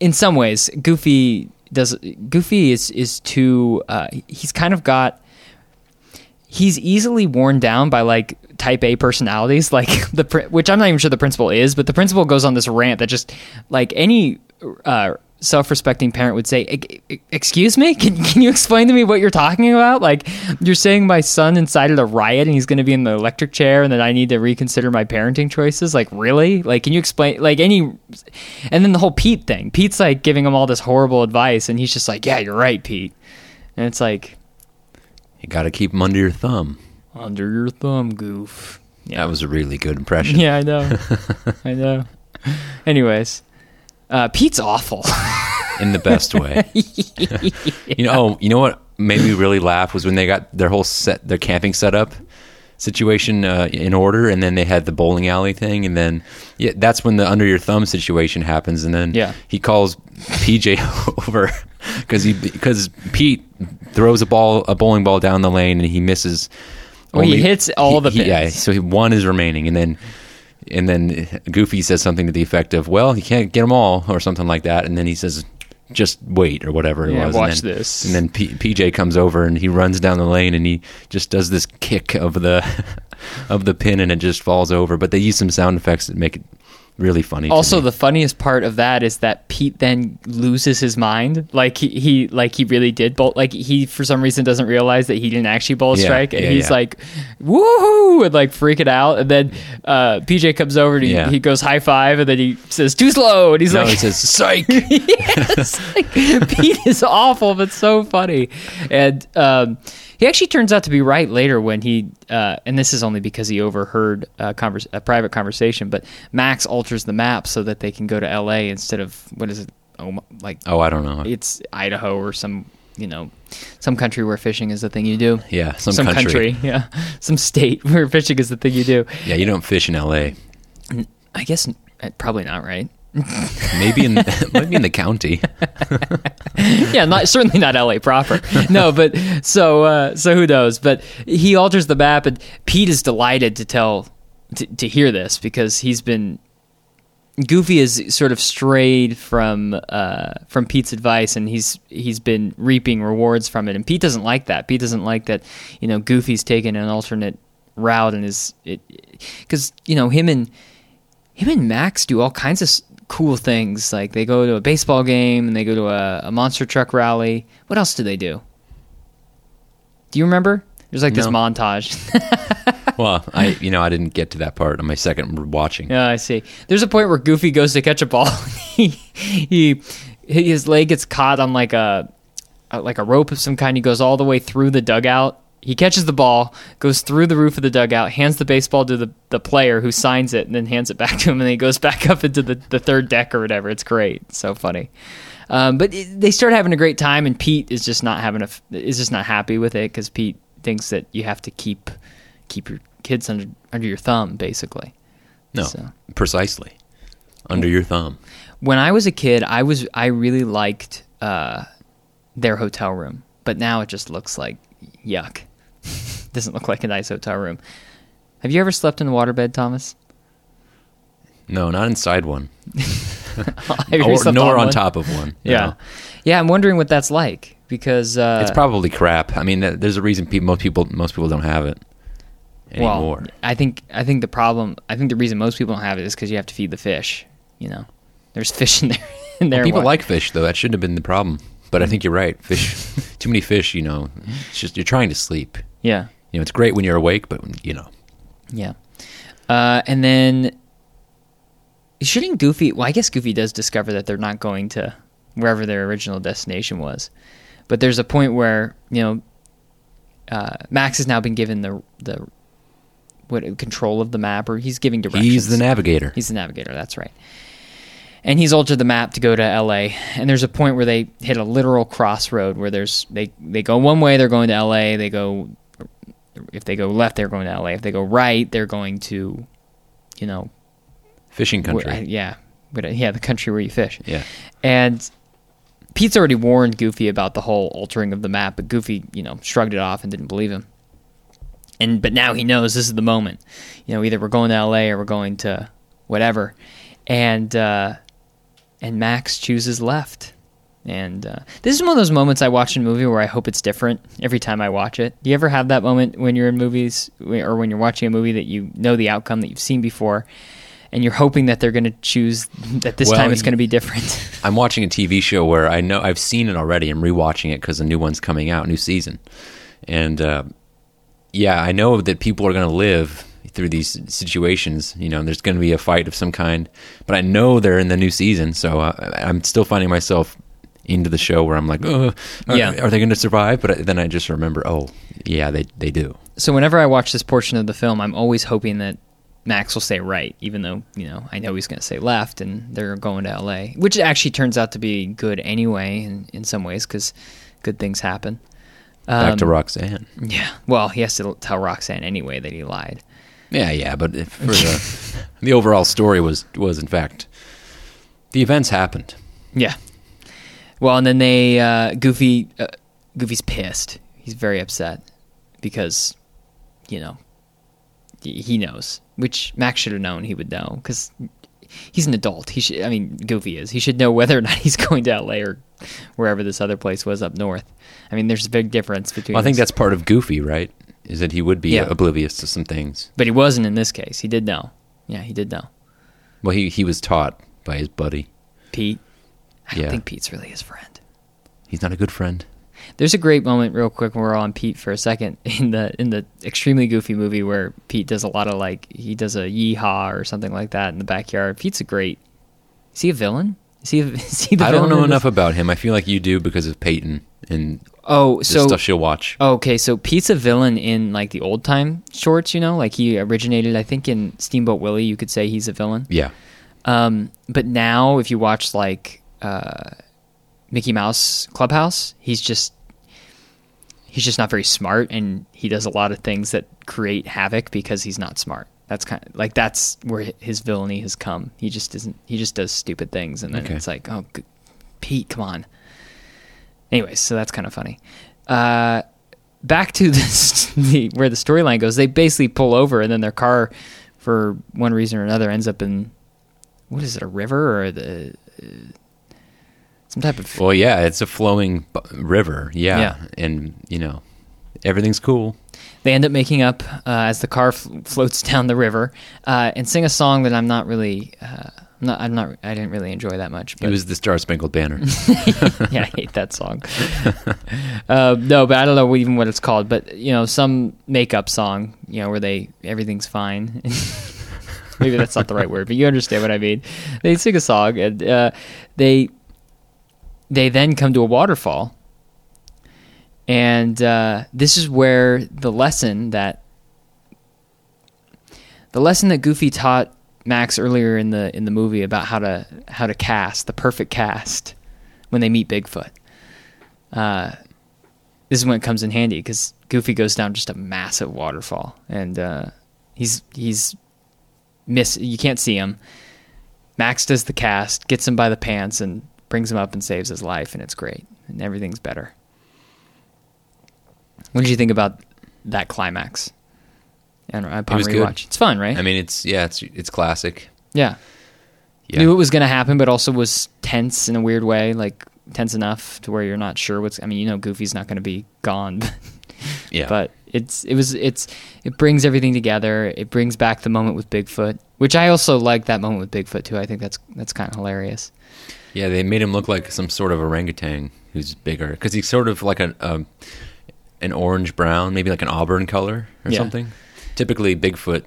Speaker 1: in some ways, Goofy does. Goofy is is too. Uh, he's kind of got. He's easily worn down by like type A personalities, *laughs* like the pri- which I'm not even sure the principal is, but the principal goes on this rant that just like any. Uh, self-respecting parent would say "Ex- ex- excuse me can, *laughs* can you explain to me what you're talking about like you're saying my son incited a riot and he's going to be in the electric chair and then i need to reconsider my parenting choices like really like can you explain like any and then the whole pete thing pete's like giving him all this horrible advice and he's just like yeah you're right pete and it's like
Speaker 2: You got to keep them under your thumb.
Speaker 1: under your thumb goof yeah
Speaker 2: That was a really good impression.
Speaker 1: yeah i know i know anyways uh, pete's
Speaker 2: *laughs*
Speaker 1: awful
Speaker 2: in
Speaker 1: *laughs*
Speaker 2: the best way. You know, oh, you know what made me really laugh was when they got their whole set, their camping setup situation uh, in order, and then they had the bowling alley thing, and then yeah, that's when the under your thumb situation happens, and then
Speaker 1: Yeah.
Speaker 2: he calls PJ *laughs* over because he because Pete throws a ball, a bowling ball down the lane, and he misses.
Speaker 1: Well, he hits all the
Speaker 2: he- yeah,
Speaker 1: pins.
Speaker 2: so he- one is remaining, and then and then Goofy says something to the effect of, "Well, you can't get them all," or something like that. And then he says, "Just wait," or whatever it
Speaker 1: Yeah,
Speaker 2: was.
Speaker 1: watch
Speaker 2: and then,
Speaker 1: this.
Speaker 2: And then P- PJ comes over and he runs down the lane and he just does this kick of the *laughs* of the pin and it just falls over. But they use some sound effects that make it really funny. to
Speaker 1: Also,
Speaker 2: me.
Speaker 1: the funniest part of that is that Pete then loses his mind. Like he, he like he really did bowl. Like he for some reason doesn't realize that he didn't actually bowl a
Speaker 2: Yeah,
Speaker 1: strike, and
Speaker 2: yeah,
Speaker 1: he's
Speaker 2: yeah.
Speaker 1: like, "Woohoo!" and like freaking out. And then uh, PJ comes over and he,
Speaker 2: Yeah.
Speaker 1: he goes high five, and then he says, "Too slow," and he's
Speaker 2: no,
Speaker 1: like,
Speaker 2: he says, "Psych."
Speaker 1: *laughs* Yes, like, Pete is awful, but so funny. And um, he actually turns out to be right later when he, uh, and this is only because he overheard a, convers- a private conversation, but Max alters the map so that they can go to L.A. instead of, what is it, Oma like
Speaker 2: oh, I don't know.
Speaker 1: it's Idaho or some, you know, some country where fishing is the thing you do.
Speaker 2: Yeah, some
Speaker 1: country.
Speaker 2: country.
Speaker 1: Yeah, some state *laughs* where fishing is the thing you do.
Speaker 2: yeah, you don't fish in L.A.
Speaker 1: I guess uh, probably not, right?
Speaker 2: Maybe in *laughs* maybe in the
Speaker 1: *laughs*
Speaker 2: county.
Speaker 1: yeah, not certainly not LA proper. No, but so uh, so who knows? But he alters the map, and Pete is delighted to tell to, to hear this because he's been Goofy has sort of strayed from uh, from Pete's advice, and he's he's been reaping rewards from it. And Pete doesn't like that. Pete doesn't like that. You know, Goofy's taken an alternate route, and is it because you know him and him and Max do all kinds of s- cool things. Like they go to a baseball game, and they go to a, a monster truck rally. What else do they do? Do you remember? There's like this
Speaker 2: No.
Speaker 1: montage. *laughs*
Speaker 2: Well, I you know I didn't get to that part on my second watching.
Speaker 1: Yeah, I see. There's a point where Goofy goes to catch a ball. *laughs* he, he his leg gets caught on like a uh, like a rope of some kind. He goes all the way through the dugout. He catches the ball, goes through the roof of the dugout, hands the baseball to the, the player who signs it, and then hands it back to him. And then he goes *laughs* back up into the, the third deck or whatever. It's great. It's so funny. Um, but it, they start having a great time, and Pete is just not having a f- is just not happy with it because Pete thinks that you have to keep keep your kids under under your thumb, basically.
Speaker 2: No,
Speaker 1: So.
Speaker 2: precisely under your thumb.
Speaker 1: when I was a kid, I was I really liked uh, their hotel room, but now it just looks like yuck. *laughs* Doesn't look like a nice hotel room. Have you ever slept in a waterbed, Thomas? *laughs*
Speaker 2: No, not inside one,
Speaker 1: Have you ever
Speaker 2: or,
Speaker 1: slept
Speaker 2: nor on
Speaker 1: one?
Speaker 2: top of one.
Speaker 1: Yeah, Uh,
Speaker 2: No.
Speaker 1: yeah. I'm wondering what that's like because uh,
Speaker 2: it's probably crap. I mean, th- there's a reason pe- most people most people don't have it anymore.
Speaker 1: Well, I think I think the problem I think the reason most people don't have it is because you have to feed the fish. You know, there's fish in there. *laughs* In there,
Speaker 2: people
Speaker 1: Why-
Speaker 2: like fish though. That shouldn't have been the problem. But I think you're right. Fish, *laughs* too many fish. You know, it's just you're trying to sleep.
Speaker 1: yeah.
Speaker 2: You know, it's great when you're awake, but you know,
Speaker 1: Yeah. Uh, and then shouldn't Goofy well, I guess Goofy does discover that they're not going to wherever their original destination was. But there's a point where, you know, uh, Max has now been given the the what control of the map or he's giving directions.
Speaker 2: he's the navigator.
Speaker 1: He's the navigator. That's right. And he's altered the map to go to L.A. And there's a point where they hit a literal crossroad where there's they they go one way, they're going to L.A. They go if they go left, they're going to L.A. If they go right, they're going to you know
Speaker 2: Fishing
Speaker 1: where-
Speaker 2: country.
Speaker 1: yeah, where- yeah, the country where you fish.
Speaker 2: yeah.
Speaker 1: And Pete's already warned Goofy about the whole altering of the map, but Goofy, you know, shrugged it off and didn't believe him. And but now he knows this is the moment. You know, either we're going to LA or we're going to whatever. And uh and Max chooses left. And uh, this is one of those moments I watch in a movie where I hope it's different every time I watch it. Do you ever have that moment when you're in movies or when you're watching a movie that you know the outcome that you've seen before and you're hoping that they're going to choose that this
Speaker 2: Well,
Speaker 1: time it's
Speaker 2: y-
Speaker 1: going to be different? *laughs*
Speaker 2: I'm watching a TV show where I know I've seen it already. I'm rewatching it because a new one's coming out, new season, and uh, yeah, I know that people are going to live through these situations. You know, there's going to be a fight of some kind, but I know they're in the new season, so I, I'm still finding myself into the show where I'm like, oh, are,
Speaker 1: Yeah.
Speaker 2: are they going to survive? But then I just remember, oh, yeah, they they do.
Speaker 1: so whenever I watch this portion of the film, I'm always hoping that Max will say right, even though you know I know he's going to say left, and they're going to L.A., which actually turns out to be good anyway, in, in some ways, because good things happen.
Speaker 2: Back to Roxanne.
Speaker 1: Yeah. Well, he has to tell Roxanne anyway that he lied.
Speaker 2: Yeah, yeah, but if- for *laughs* the the overall story was was in fact the events happened.
Speaker 1: Yeah. Well, and then they uh, Goofy uh, Goofy's pissed. He's very upset because you know he he knows, which Max should have known. He would know because he's an adult. He should. I mean, Goofy is. He should know whether or not he's *laughs* going to L.A. or wherever this other place was up north. I mean, there's a big difference between.
Speaker 2: Well, I think
Speaker 1: those.
Speaker 2: that's part of Goofy, right? Is that he would be
Speaker 1: Yeah.
Speaker 2: oblivious to some things.
Speaker 1: But he wasn't in this case. He did know. Yeah, he did know.
Speaker 2: Well, he he was taught by his buddy.
Speaker 1: Pete. I don't
Speaker 2: Yeah.
Speaker 1: think Pete's really his friend.
Speaker 2: He's not a good friend.
Speaker 1: There's a great moment, real quick, when we're on Pete for a second *laughs* in the in the extremely goofy movie where Pete does a lot of like he does a yeehaw or something like that in the backyard. Pete's a great. Is he a villain? Is he? A, *laughs* is he the
Speaker 2: I don't
Speaker 1: villain
Speaker 2: know
Speaker 1: in this?
Speaker 2: enough about him. I feel like you do because of Peyton and
Speaker 1: Oh,
Speaker 2: the
Speaker 1: so oh,
Speaker 2: stuff she'll watch.
Speaker 1: okay, so Pete's a villain in like the old time shorts. You know, like he originated, I think, in Steamboat Willie. You could say he's a villain.
Speaker 2: Yeah,
Speaker 1: Um, but now, if you watch like uh, Mickey Mouse Clubhouse, he's just he's just not very smart, and he does a lot of things that create havoc because he's not smart. That's kind of like that's where his villainy has come. He just isn't. He just does stupid things, and then
Speaker 2: Okay.
Speaker 1: it's like, oh, g- Pete, come on. Anyways, so that's kind of funny. Uh, back to *laughs* this, the where the storyline goes. They basically pull over, and then their car, for one reason or another, ends up in what is it, a river or the uh, some type of
Speaker 2: Well, yeah, it's a flowing b- river. Yeah.
Speaker 1: Yeah.
Speaker 2: And, you know, everything's cool.
Speaker 1: they end up making up uh, as the car fl- floats *laughs* down the river uh, and sing a song that I'm not really, uh, I'm not, I'm not, I didn't really enjoy that much. But
Speaker 2: It was the Star
Speaker 1: *laughs*
Speaker 2: Spangled Banner.
Speaker 1: yeah, I hate that song. uh, no, but I don't know even what it's called. But you know, some makeup song, you know, where they everything's fine. *laughs* Maybe that's not the right word, but you understand what I mean. They sing a song, and uh, they they then come to a waterfall, and uh, this is where the lesson that the lesson that Goofy taught Max earlier in the in the movie about how to how to cast the perfect cast when they meet Bigfoot. Uh, this is when it comes in handy because Goofy goes down just a massive waterfall, and uh, he's he's miss. You can't see him. Max does the cast, gets him by the pants, and brings him up and saves his life, and it's great, and everything's better. What did you think about that climax? And uh, upon
Speaker 2: was
Speaker 1: rewatch,
Speaker 2: good.
Speaker 1: it's fun, right?
Speaker 2: I mean, it's, yeah, it's it's classic.
Speaker 1: yeah.
Speaker 2: Yeah.
Speaker 1: knew it was going to happen, but also was tense in a weird way, like tense enough to where you're not sure what's. I mean, you know, Goofy's not going to be gone, *laughs* but,
Speaker 2: yeah.
Speaker 1: but it's it was it's it brings everything together. It brings back the moment with Bigfoot, which I also like that moment with Bigfoot too. I think that's that's kind of hilarious.
Speaker 2: Yeah, they made him look like some sort of orangutan who's bigger because he's sort of like an um, an orange brown, maybe like an auburn color or
Speaker 1: Yeah.
Speaker 2: something. Typically, Bigfoot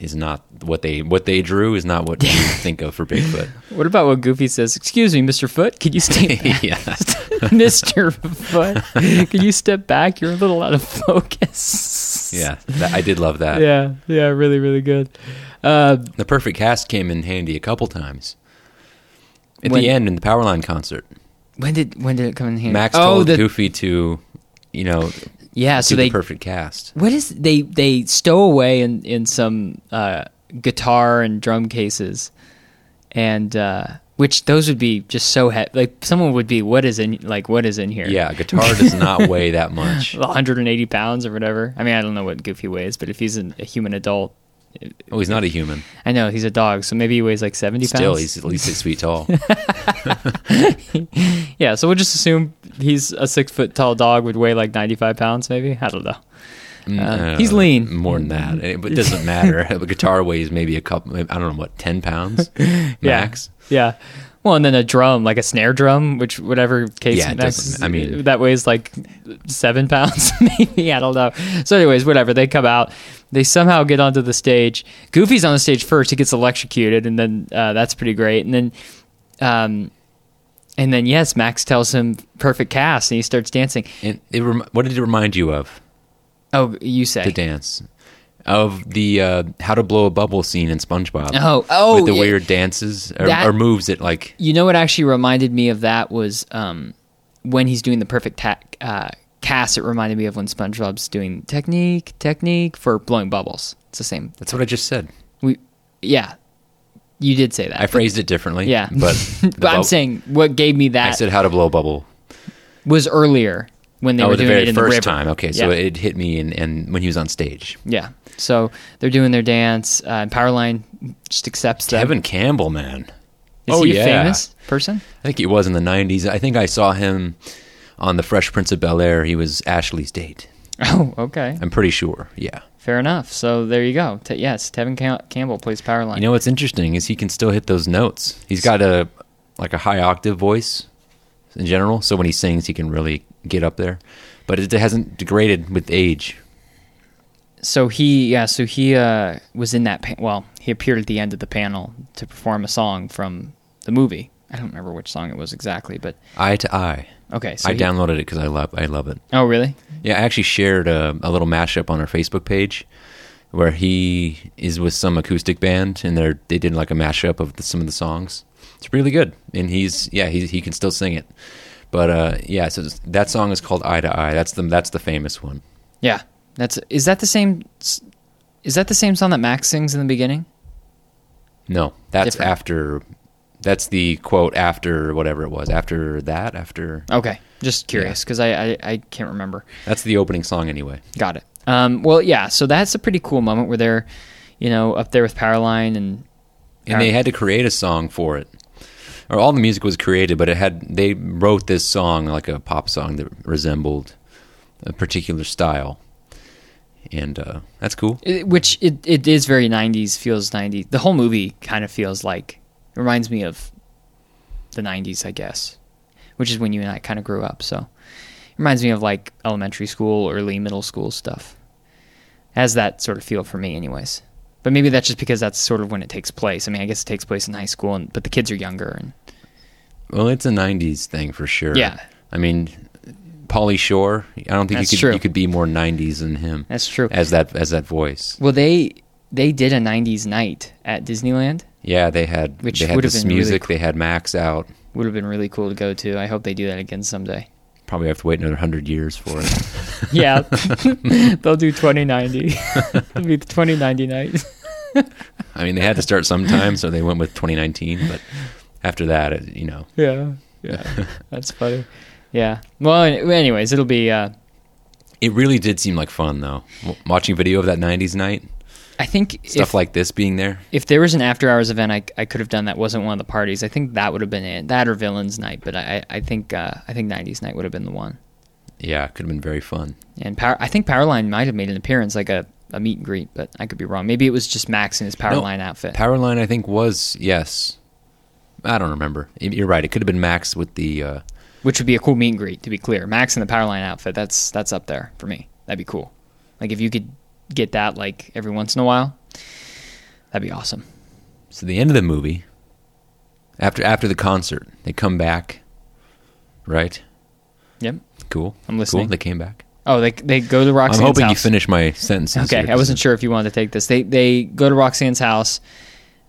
Speaker 2: is not what they what they drew is not what
Speaker 1: *laughs*
Speaker 2: you think of for Bigfoot.
Speaker 1: What about what Goofy says? Excuse me, Mister Foot, could you stay?
Speaker 2: *laughs* yeah,
Speaker 1: *laughs* Mister Foot, could you step back? You're a little out of focus.
Speaker 2: yeah, that, I did love that.
Speaker 1: yeah, yeah, really, really good. Uh,
Speaker 2: The perfect cast came in handy a couple times. At
Speaker 1: When-
Speaker 2: the end, in the Powerline concert,
Speaker 1: when did when did it come in here?
Speaker 2: Max
Speaker 1: oh,
Speaker 2: told
Speaker 1: the,
Speaker 2: Goofy to, you know,
Speaker 1: Yeah, so
Speaker 2: do
Speaker 1: they
Speaker 2: the perfect cast.
Speaker 1: what is they they stow away in in some uh, guitar and drum cases, and uh, which those would be just so he- like someone would be what is in like what is in here?
Speaker 2: Yeah, a guitar
Speaker 1: *laughs*
Speaker 2: does not weigh that much.
Speaker 1: 180 pounds or whatever. I mean, I don't know what Goofy weighs, but if he's an, a human adult,
Speaker 2: Oh, he's not a human.
Speaker 1: I know he's a dog, so maybe he weighs like 70
Speaker 2: Still,
Speaker 1: pounds.
Speaker 2: he's at least six feet tall.
Speaker 1: yeah, so we'll just assume he's a six foot tall dog would weigh like 95 pounds, maybe. I don't know. Uh, he's
Speaker 2: Uh,
Speaker 1: lean.
Speaker 2: more than that. It, but it doesn't matter. *laughs* A guitar weighs maybe a couple. I don't know what,
Speaker 1: *laughs*
Speaker 2: ten pounds max.
Speaker 1: Yeah. yeah. Well, and then a drum, like a snare drum, which whatever case
Speaker 2: Yeah, it
Speaker 1: Max
Speaker 2: doesn't-
Speaker 1: is-
Speaker 2: I mean-
Speaker 1: that weighs like seven pounds, *laughs* maybe. I don't know. So, anyways, whatever. They come out. They somehow get onto the stage. Goofy's on the stage first. He gets electrocuted, and then uh, that's pretty great. And then, um, and then yes, Max tells him perfect cast, and he starts dancing.
Speaker 2: And it rem- what did it remind you of?
Speaker 1: Oh, you say
Speaker 2: The dance of the uh, how to blow a bubble scene in SpongeBob.
Speaker 1: Oh, oh,
Speaker 2: with the
Speaker 1: yeah.
Speaker 2: weird dances or,
Speaker 1: That-
Speaker 2: or moves that like
Speaker 1: You know what actually reminded me of that was um, when he's doing the perfect ta- uh, cast. It reminded me of when SpongeBob's doing technique, technique for blowing bubbles. It's the same.
Speaker 2: that's what I just said.
Speaker 1: We, yeah, you did say that.
Speaker 2: I phrased it differently.
Speaker 1: yeah, *laughs*
Speaker 2: but the
Speaker 1: but I'm
Speaker 2: bub-
Speaker 1: saying what gave me
Speaker 2: I
Speaker 1: that
Speaker 2: said how to blow a bubble.
Speaker 1: was earlier when they
Speaker 2: oh,
Speaker 1: were
Speaker 2: the
Speaker 1: doing it
Speaker 2: very
Speaker 1: in
Speaker 2: first
Speaker 1: the river.
Speaker 2: time. Okay, so
Speaker 1: Yeah.
Speaker 2: it hit me, and and when he was on stage,
Speaker 1: yeah, so they're doing their dance. Uh, and Powerline just accepts that.
Speaker 2: Kevin Campbell, man.
Speaker 1: Is
Speaker 2: oh
Speaker 1: he
Speaker 2: yeah.
Speaker 1: a famous person? *laughs*
Speaker 2: I think he was in the 90s. I think I saw him on The Fresh Prince of Bel Air. He was Ashley's date.
Speaker 1: Oh, okay,
Speaker 2: I'm pretty sure. Yeah.
Speaker 1: fair enough. So there you go. T- yes, Tevin Cam- Campbell plays Powerline.
Speaker 2: You know what's interesting is he can still hit those notes. He's got a like a high octave voice in general, so when he sings, he can really get up there. But it hasn't degraded with age.
Speaker 1: so he yeah so he uh was in that pa- well he appeared at the end of the panel to perform a song from the movie i don't remember which song it was exactly but
Speaker 2: Eye to eye.
Speaker 1: okay so
Speaker 2: I
Speaker 1: he-
Speaker 2: downloaded it because I love I love it.
Speaker 1: oh really
Speaker 2: Yeah, I actually shared uh, a, a little mashup on our Facebook page where he is with some acoustic band and they they did like a mashup of the, some of the songs. It's really good, and he's yeah he he can still sing it. But uh, yeah, so it's- that song is called Eye to Eye. That's the that's the famous one.
Speaker 1: yeah that's is that the same s- is that the same song that max sings in the beginning
Speaker 2: No, that's
Speaker 1: Different.
Speaker 2: after. That's the quote after whatever it was. After that, after
Speaker 1: okay just curious because I, I i can't remember
Speaker 2: that's the opening song anyway.
Speaker 1: Got it. Um, well, yeah. So that's a pretty cool moment where they're, you know, up there with Powerline and
Speaker 2: and they had to create a song for it. Or all the music was created, but it had they wrote this song like a pop song that resembled a particular style, and uh, that's cool.
Speaker 1: It- which it, it is very 90s feels 90s the whole movie kind of feels like it reminds me of the 90s i guess which is when you and i kind of grew up so it reminds me of like elementary school early middle school stuff has that sort of feel for me anyways but maybe that's just because that's sort of when it takes place i mean i guess it takes place in high school and but the kids are younger and
Speaker 2: Well, it's a '90s thing for sure.
Speaker 1: Yeah.
Speaker 2: I mean, Pauly Shore. I don't think
Speaker 1: That's
Speaker 2: you could
Speaker 1: true.
Speaker 2: you could be more '90s than him.
Speaker 1: That's true.
Speaker 2: As that as that voice.
Speaker 1: well they they did a 90s night at disneyland
Speaker 2: Yeah, they had
Speaker 1: Which
Speaker 2: they had
Speaker 1: would've
Speaker 2: this
Speaker 1: been really
Speaker 2: music. They had Max out.
Speaker 1: would have been really cool to go to i hope they do that again someday
Speaker 2: Probably have to wait another hundred years for it. *laughs*
Speaker 1: Yeah, they'll do 2090. It'll *laughs* be the 2090 night.
Speaker 2: I mean, they had to start sometime, so they went with 2019. But after that, it, you know,
Speaker 1: Yeah, yeah, that's funny. Yeah. Well, an- anyways, it'll be. Uh,
Speaker 2: it really did seem like fun though. W- Watching video of that '90s night,
Speaker 1: I think
Speaker 2: stuff
Speaker 1: if,
Speaker 2: like this being there.
Speaker 1: if there was an after hours event, I, I could have done that. wasn't one of the parties. I think that would have been it. That or villains night. But I I I think uh, I think 90s night would have been the one.
Speaker 2: Yeah, it could have been very fun.
Speaker 1: And power. I think Powerline might have made an appearance, like a, a meet and greet. But I could be wrong. Maybe it was just Max in his
Speaker 2: No,
Speaker 1: Powerline outfit.
Speaker 2: Powerline, I think, was yes. I don't remember. Y- You're right. It could have been Max with the. Uh,
Speaker 1: which would be a cool meet and greet to be clear max in the powerline outfit that's that's up there for me that'd be cool like if you could get that like every once in a while that'd be awesome
Speaker 2: so the end of the movie. After after the concert, they come back. Right.
Speaker 1: yep
Speaker 2: Cool.
Speaker 1: I'm listening.
Speaker 2: Cool. They came back.
Speaker 1: oh they, they go to roxanne's
Speaker 2: I'm hoping you
Speaker 1: house
Speaker 2: finish my sentences.
Speaker 1: okay
Speaker 2: here,
Speaker 1: i wasn't sure if you wanted to take this they they go to roxanne's house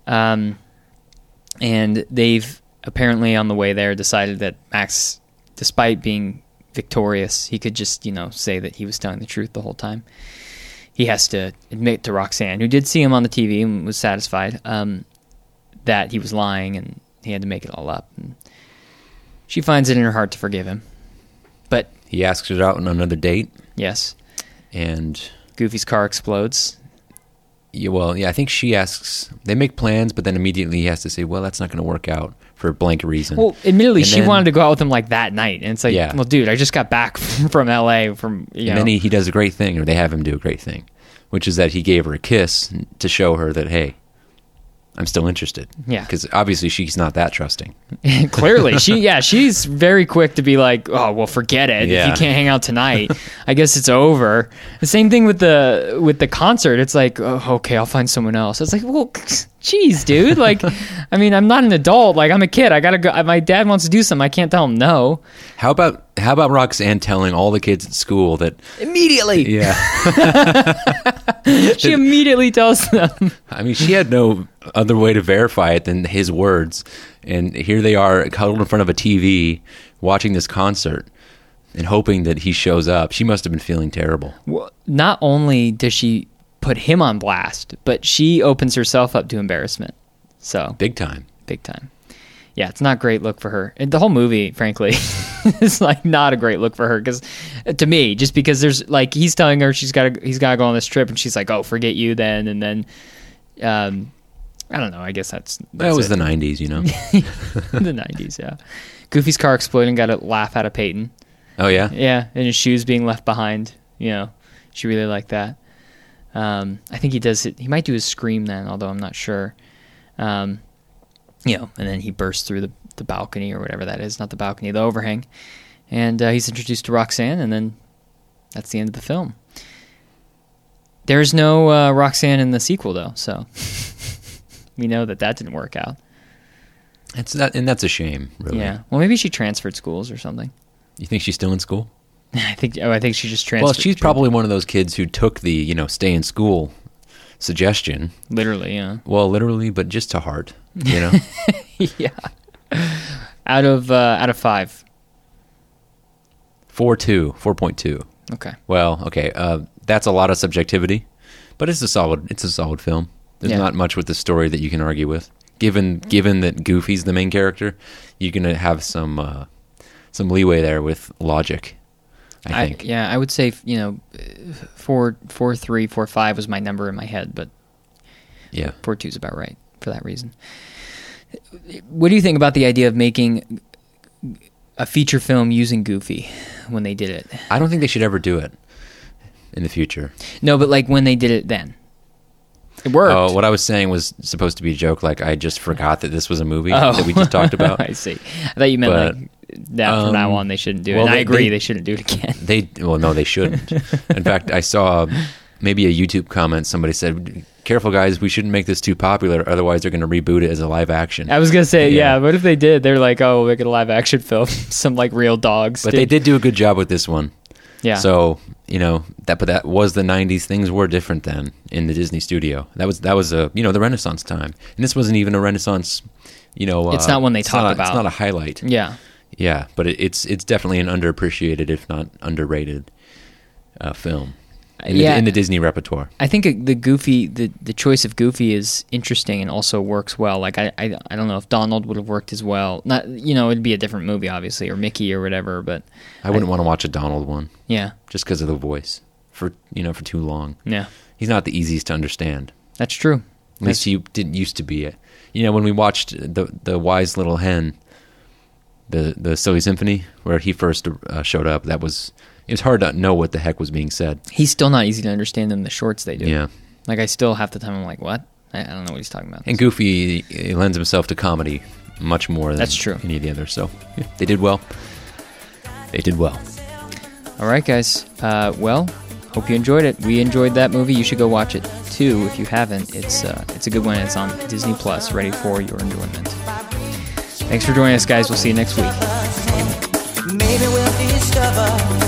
Speaker 1: um and they've apparently on the way there decided that max despite being victorious he could just you know say that he was telling the truth the whole time he has to admit to Roxanne, who did see him on the TV and was satisfied, um, that he was lying and he had to make it all up. And she finds it in her heart to forgive him. But
Speaker 2: He asks her out on another date,
Speaker 1: yes,
Speaker 2: and
Speaker 1: Goofy's car explodes.
Speaker 2: yeah, well, yeah, I think she asks. They make plans, but then immediately he has to say, "Well, that's not going to work out for blank reason."
Speaker 1: Well, admittedly,
Speaker 2: And
Speaker 1: she
Speaker 2: then-
Speaker 1: wanted to go out with him like that night, and it's like,
Speaker 2: Yeah.
Speaker 1: well, dude, I just got back *laughs* from L.A. from you know,
Speaker 2: And then he, he does a great thing, or they have him do a great thing, which is that he gave her a kiss to show her that, hey, I'm still interested.
Speaker 1: Yeah.
Speaker 2: Because obviously she's not that trusting.
Speaker 1: *laughs* Clearly,
Speaker 2: *laughs*
Speaker 1: she yeah, she's very quick to be like, oh well, forget it. If
Speaker 2: Yeah.
Speaker 1: you can't hang out
Speaker 2: *laughs*
Speaker 1: tonight, I guess it's over. The same thing with the with the concert. It's like, oh, okay, I'll find someone else. It's like, well, *laughs* geez, dude. Like, I mean, I'm not an adult. Like, I'm a kid. I gotta go. My dad wants to do something. I can't tell him no
Speaker 2: How about how about Roxanne telling all the kids at school that
Speaker 1: immediately.
Speaker 2: Yeah.
Speaker 1: She immediately tells them.
Speaker 2: I mean she had no other way to verify it than his words. And here they are cuddled in front of a TV watching this concert and hoping that he shows up. She must have been feeling terrible.
Speaker 1: Well, not only does she put him on blast, but she opens herself up to embarrassment. So
Speaker 2: Big time.
Speaker 1: big time. Yeah, it's not a great look for her. And the whole movie, frankly, *laughs* is like not a great look for her because, to me, just because there's like he's telling her she's got to he's got to go on this trip, and she's like, "Oh, forget you then," and then, um, I don't know. I guess that's,
Speaker 2: That
Speaker 1: that's
Speaker 2: was the
Speaker 1: it.
Speaker 2: nineties, you
Speaker 1: *laughs*
Speaker 2: know.
Speaker 1: the nineties. Yeah, Goofy's car exploding got a laugh out of Peyton.
Speaker 2: Oh yeah?
Speaker 1: Yeah, and his shoes being left behind. You know, she really liked that. Um, I think he does it. He might do his scream then, although I'm not sure. Um, you know, and then he bursts through the, the balcony or whatever that is, not the balcony, the overhang. And uh, he's introduced to Roxanne, and then that's the end of the film. There's no uh, Roxanne in the sequel, though, so *laughs* we know that that didn't work out.
Speaker 2: That's that and that's a shame, really.
Speaker 1: Yeah. Well, maybe she transferred schools or something. *laughs*
Speaker 2: You think she's still in school?
Speaker 1: I think. Oh, I think she just transferred.
Speaker 2: Well, she's probably one of those kids who took the, you know, stay in school suggestion.
Speaker 1: literally. Yeah.
Speaker 2: Well, literally, but just to heart,
Speaker 1: *laughs*
Speaker 2: you know?
Speaker 1: yeah. Out of uh, out of five.
Speaker 2: 4 2, 4.2.
Speaker 1: Okay.
Speaker 2: Well, okay, uh, that's a lot of subjectivity, but it's a solid, it's a solid film. There's
Speaker 1: Yeah.
Speaker 2: not much with the story that you can argue with. Given given that Goofy's the main character, you're gonna have some uh, some leeway there with logic. I think.
Speaker 1: yeah, I would say you know, four, four, three, four, five was my number in my head, but
Speaker 2: yeah.
Speaker 1: four two is about right. for that reason. What do you think about the idea of making a feature film using Goofy when they did it?
Speaker 2: I don't think they should ever do it in the future.
Speaker 1: No, but like when they did it then. It worked. *laughs*
Speaker 2: Oh, what I was saying was supposed to be a joke. Like I just forgot that this was a movie
Speaker 1: Oh.
Speaker 2: that we
Speaker 1: *laughs*
Speaker 2: just talked about.
Speaker 1: I see. I thought you meant
Speaker 2: But,
Speaker 1: like that from
Speaker 2: um,
Speaker 1: now on they shouldn't do it.
Speaker 2: well,
Speaker 1: and I
Speaker 2: they-
Speaker 1: agree
Speaker 2: they-
Speaker 1: they shouldn't do it again.
Speaker 2: They well, no,
Speaker 1: *laughs*
Speaker 2: they shouldn't. In fact, I saw maybe a YouTube comment. Somebody said, "Careful, guys, we shouldn't make this too popular. Otherwise, they're going to reboot it as a live action."
Speaker 1: I was gonna say, yeah.
Speaker 2: Yeah.
Speaker 1: What if they did? They're like, oh, we'll make it a live action *laughs* film, some like real dogs.
Speaker 2: but they did do a good job with this one.
Speaker 1: yeah.
Speaker 2: So you know that, but that was the '90s. Things were different then in the Disney studio. That was that was a you know the Renaissance time, and this wasn't even a Renaissance. You know,
Speaker 1: It's
Speaker 2: uh,
Speaker 1: not one they talk
Speaker 2: not-
Speaker 1: about.
Speaker 2: It's not a highlight.
Speaker 1: yeah,
Speaker 2: Yeah, but it, it's it's definitely an underappreciated, if not underrated, uh, film in,
Speaker 1: Yeah.
Speaker 2: the, in the Disney repertoire.
Speaker 1: I think it- the Goofy, the the choice of Goofy is interesting and also works well. Like I, I, I don't know if Donald would have worked as well. Not you know, it'd be a different movie, obviously, or Mickey or whatever. But
Speaker 2: I wouldn't want to watch a Donald one
Speaker 1: yeah,
Speaker 2: just because of the voice for you know for too long.
Speaker 1: yeah,
Speaker 2: He's not the easiest to understand.
Speaker 1: that's true.
Speaker 2: At least he didn't used to be it. You know, when we watched the the Wise Little Hen, the the Silly Symphony, where he first uh, showed up, that was it was hard to know what the heck was being said.
Speaker 1: He's still not easy to understand in the shorts they do.
Speaker 2: Yeah,
Speaker 1: like I still half the time I'm like, what? I, I don't know what he's talking about.
Speaker 2: and Goofy he lends himself to comedy much more than
Speaker 1: That's true.
Speaker 2: any of the others. So yeah, they did well. They did well.
Speaker 1: All right, guys. Uh, well, hope you enjoyed it. We enjoyed that movie. You should go watch it too if you haven't. It's uh, it's a good one. It's on Disney Plus, ready for your enjoyment. Thanks for joining us, guys. We'll see you next week.
Speaker 4: Maybe we'll discover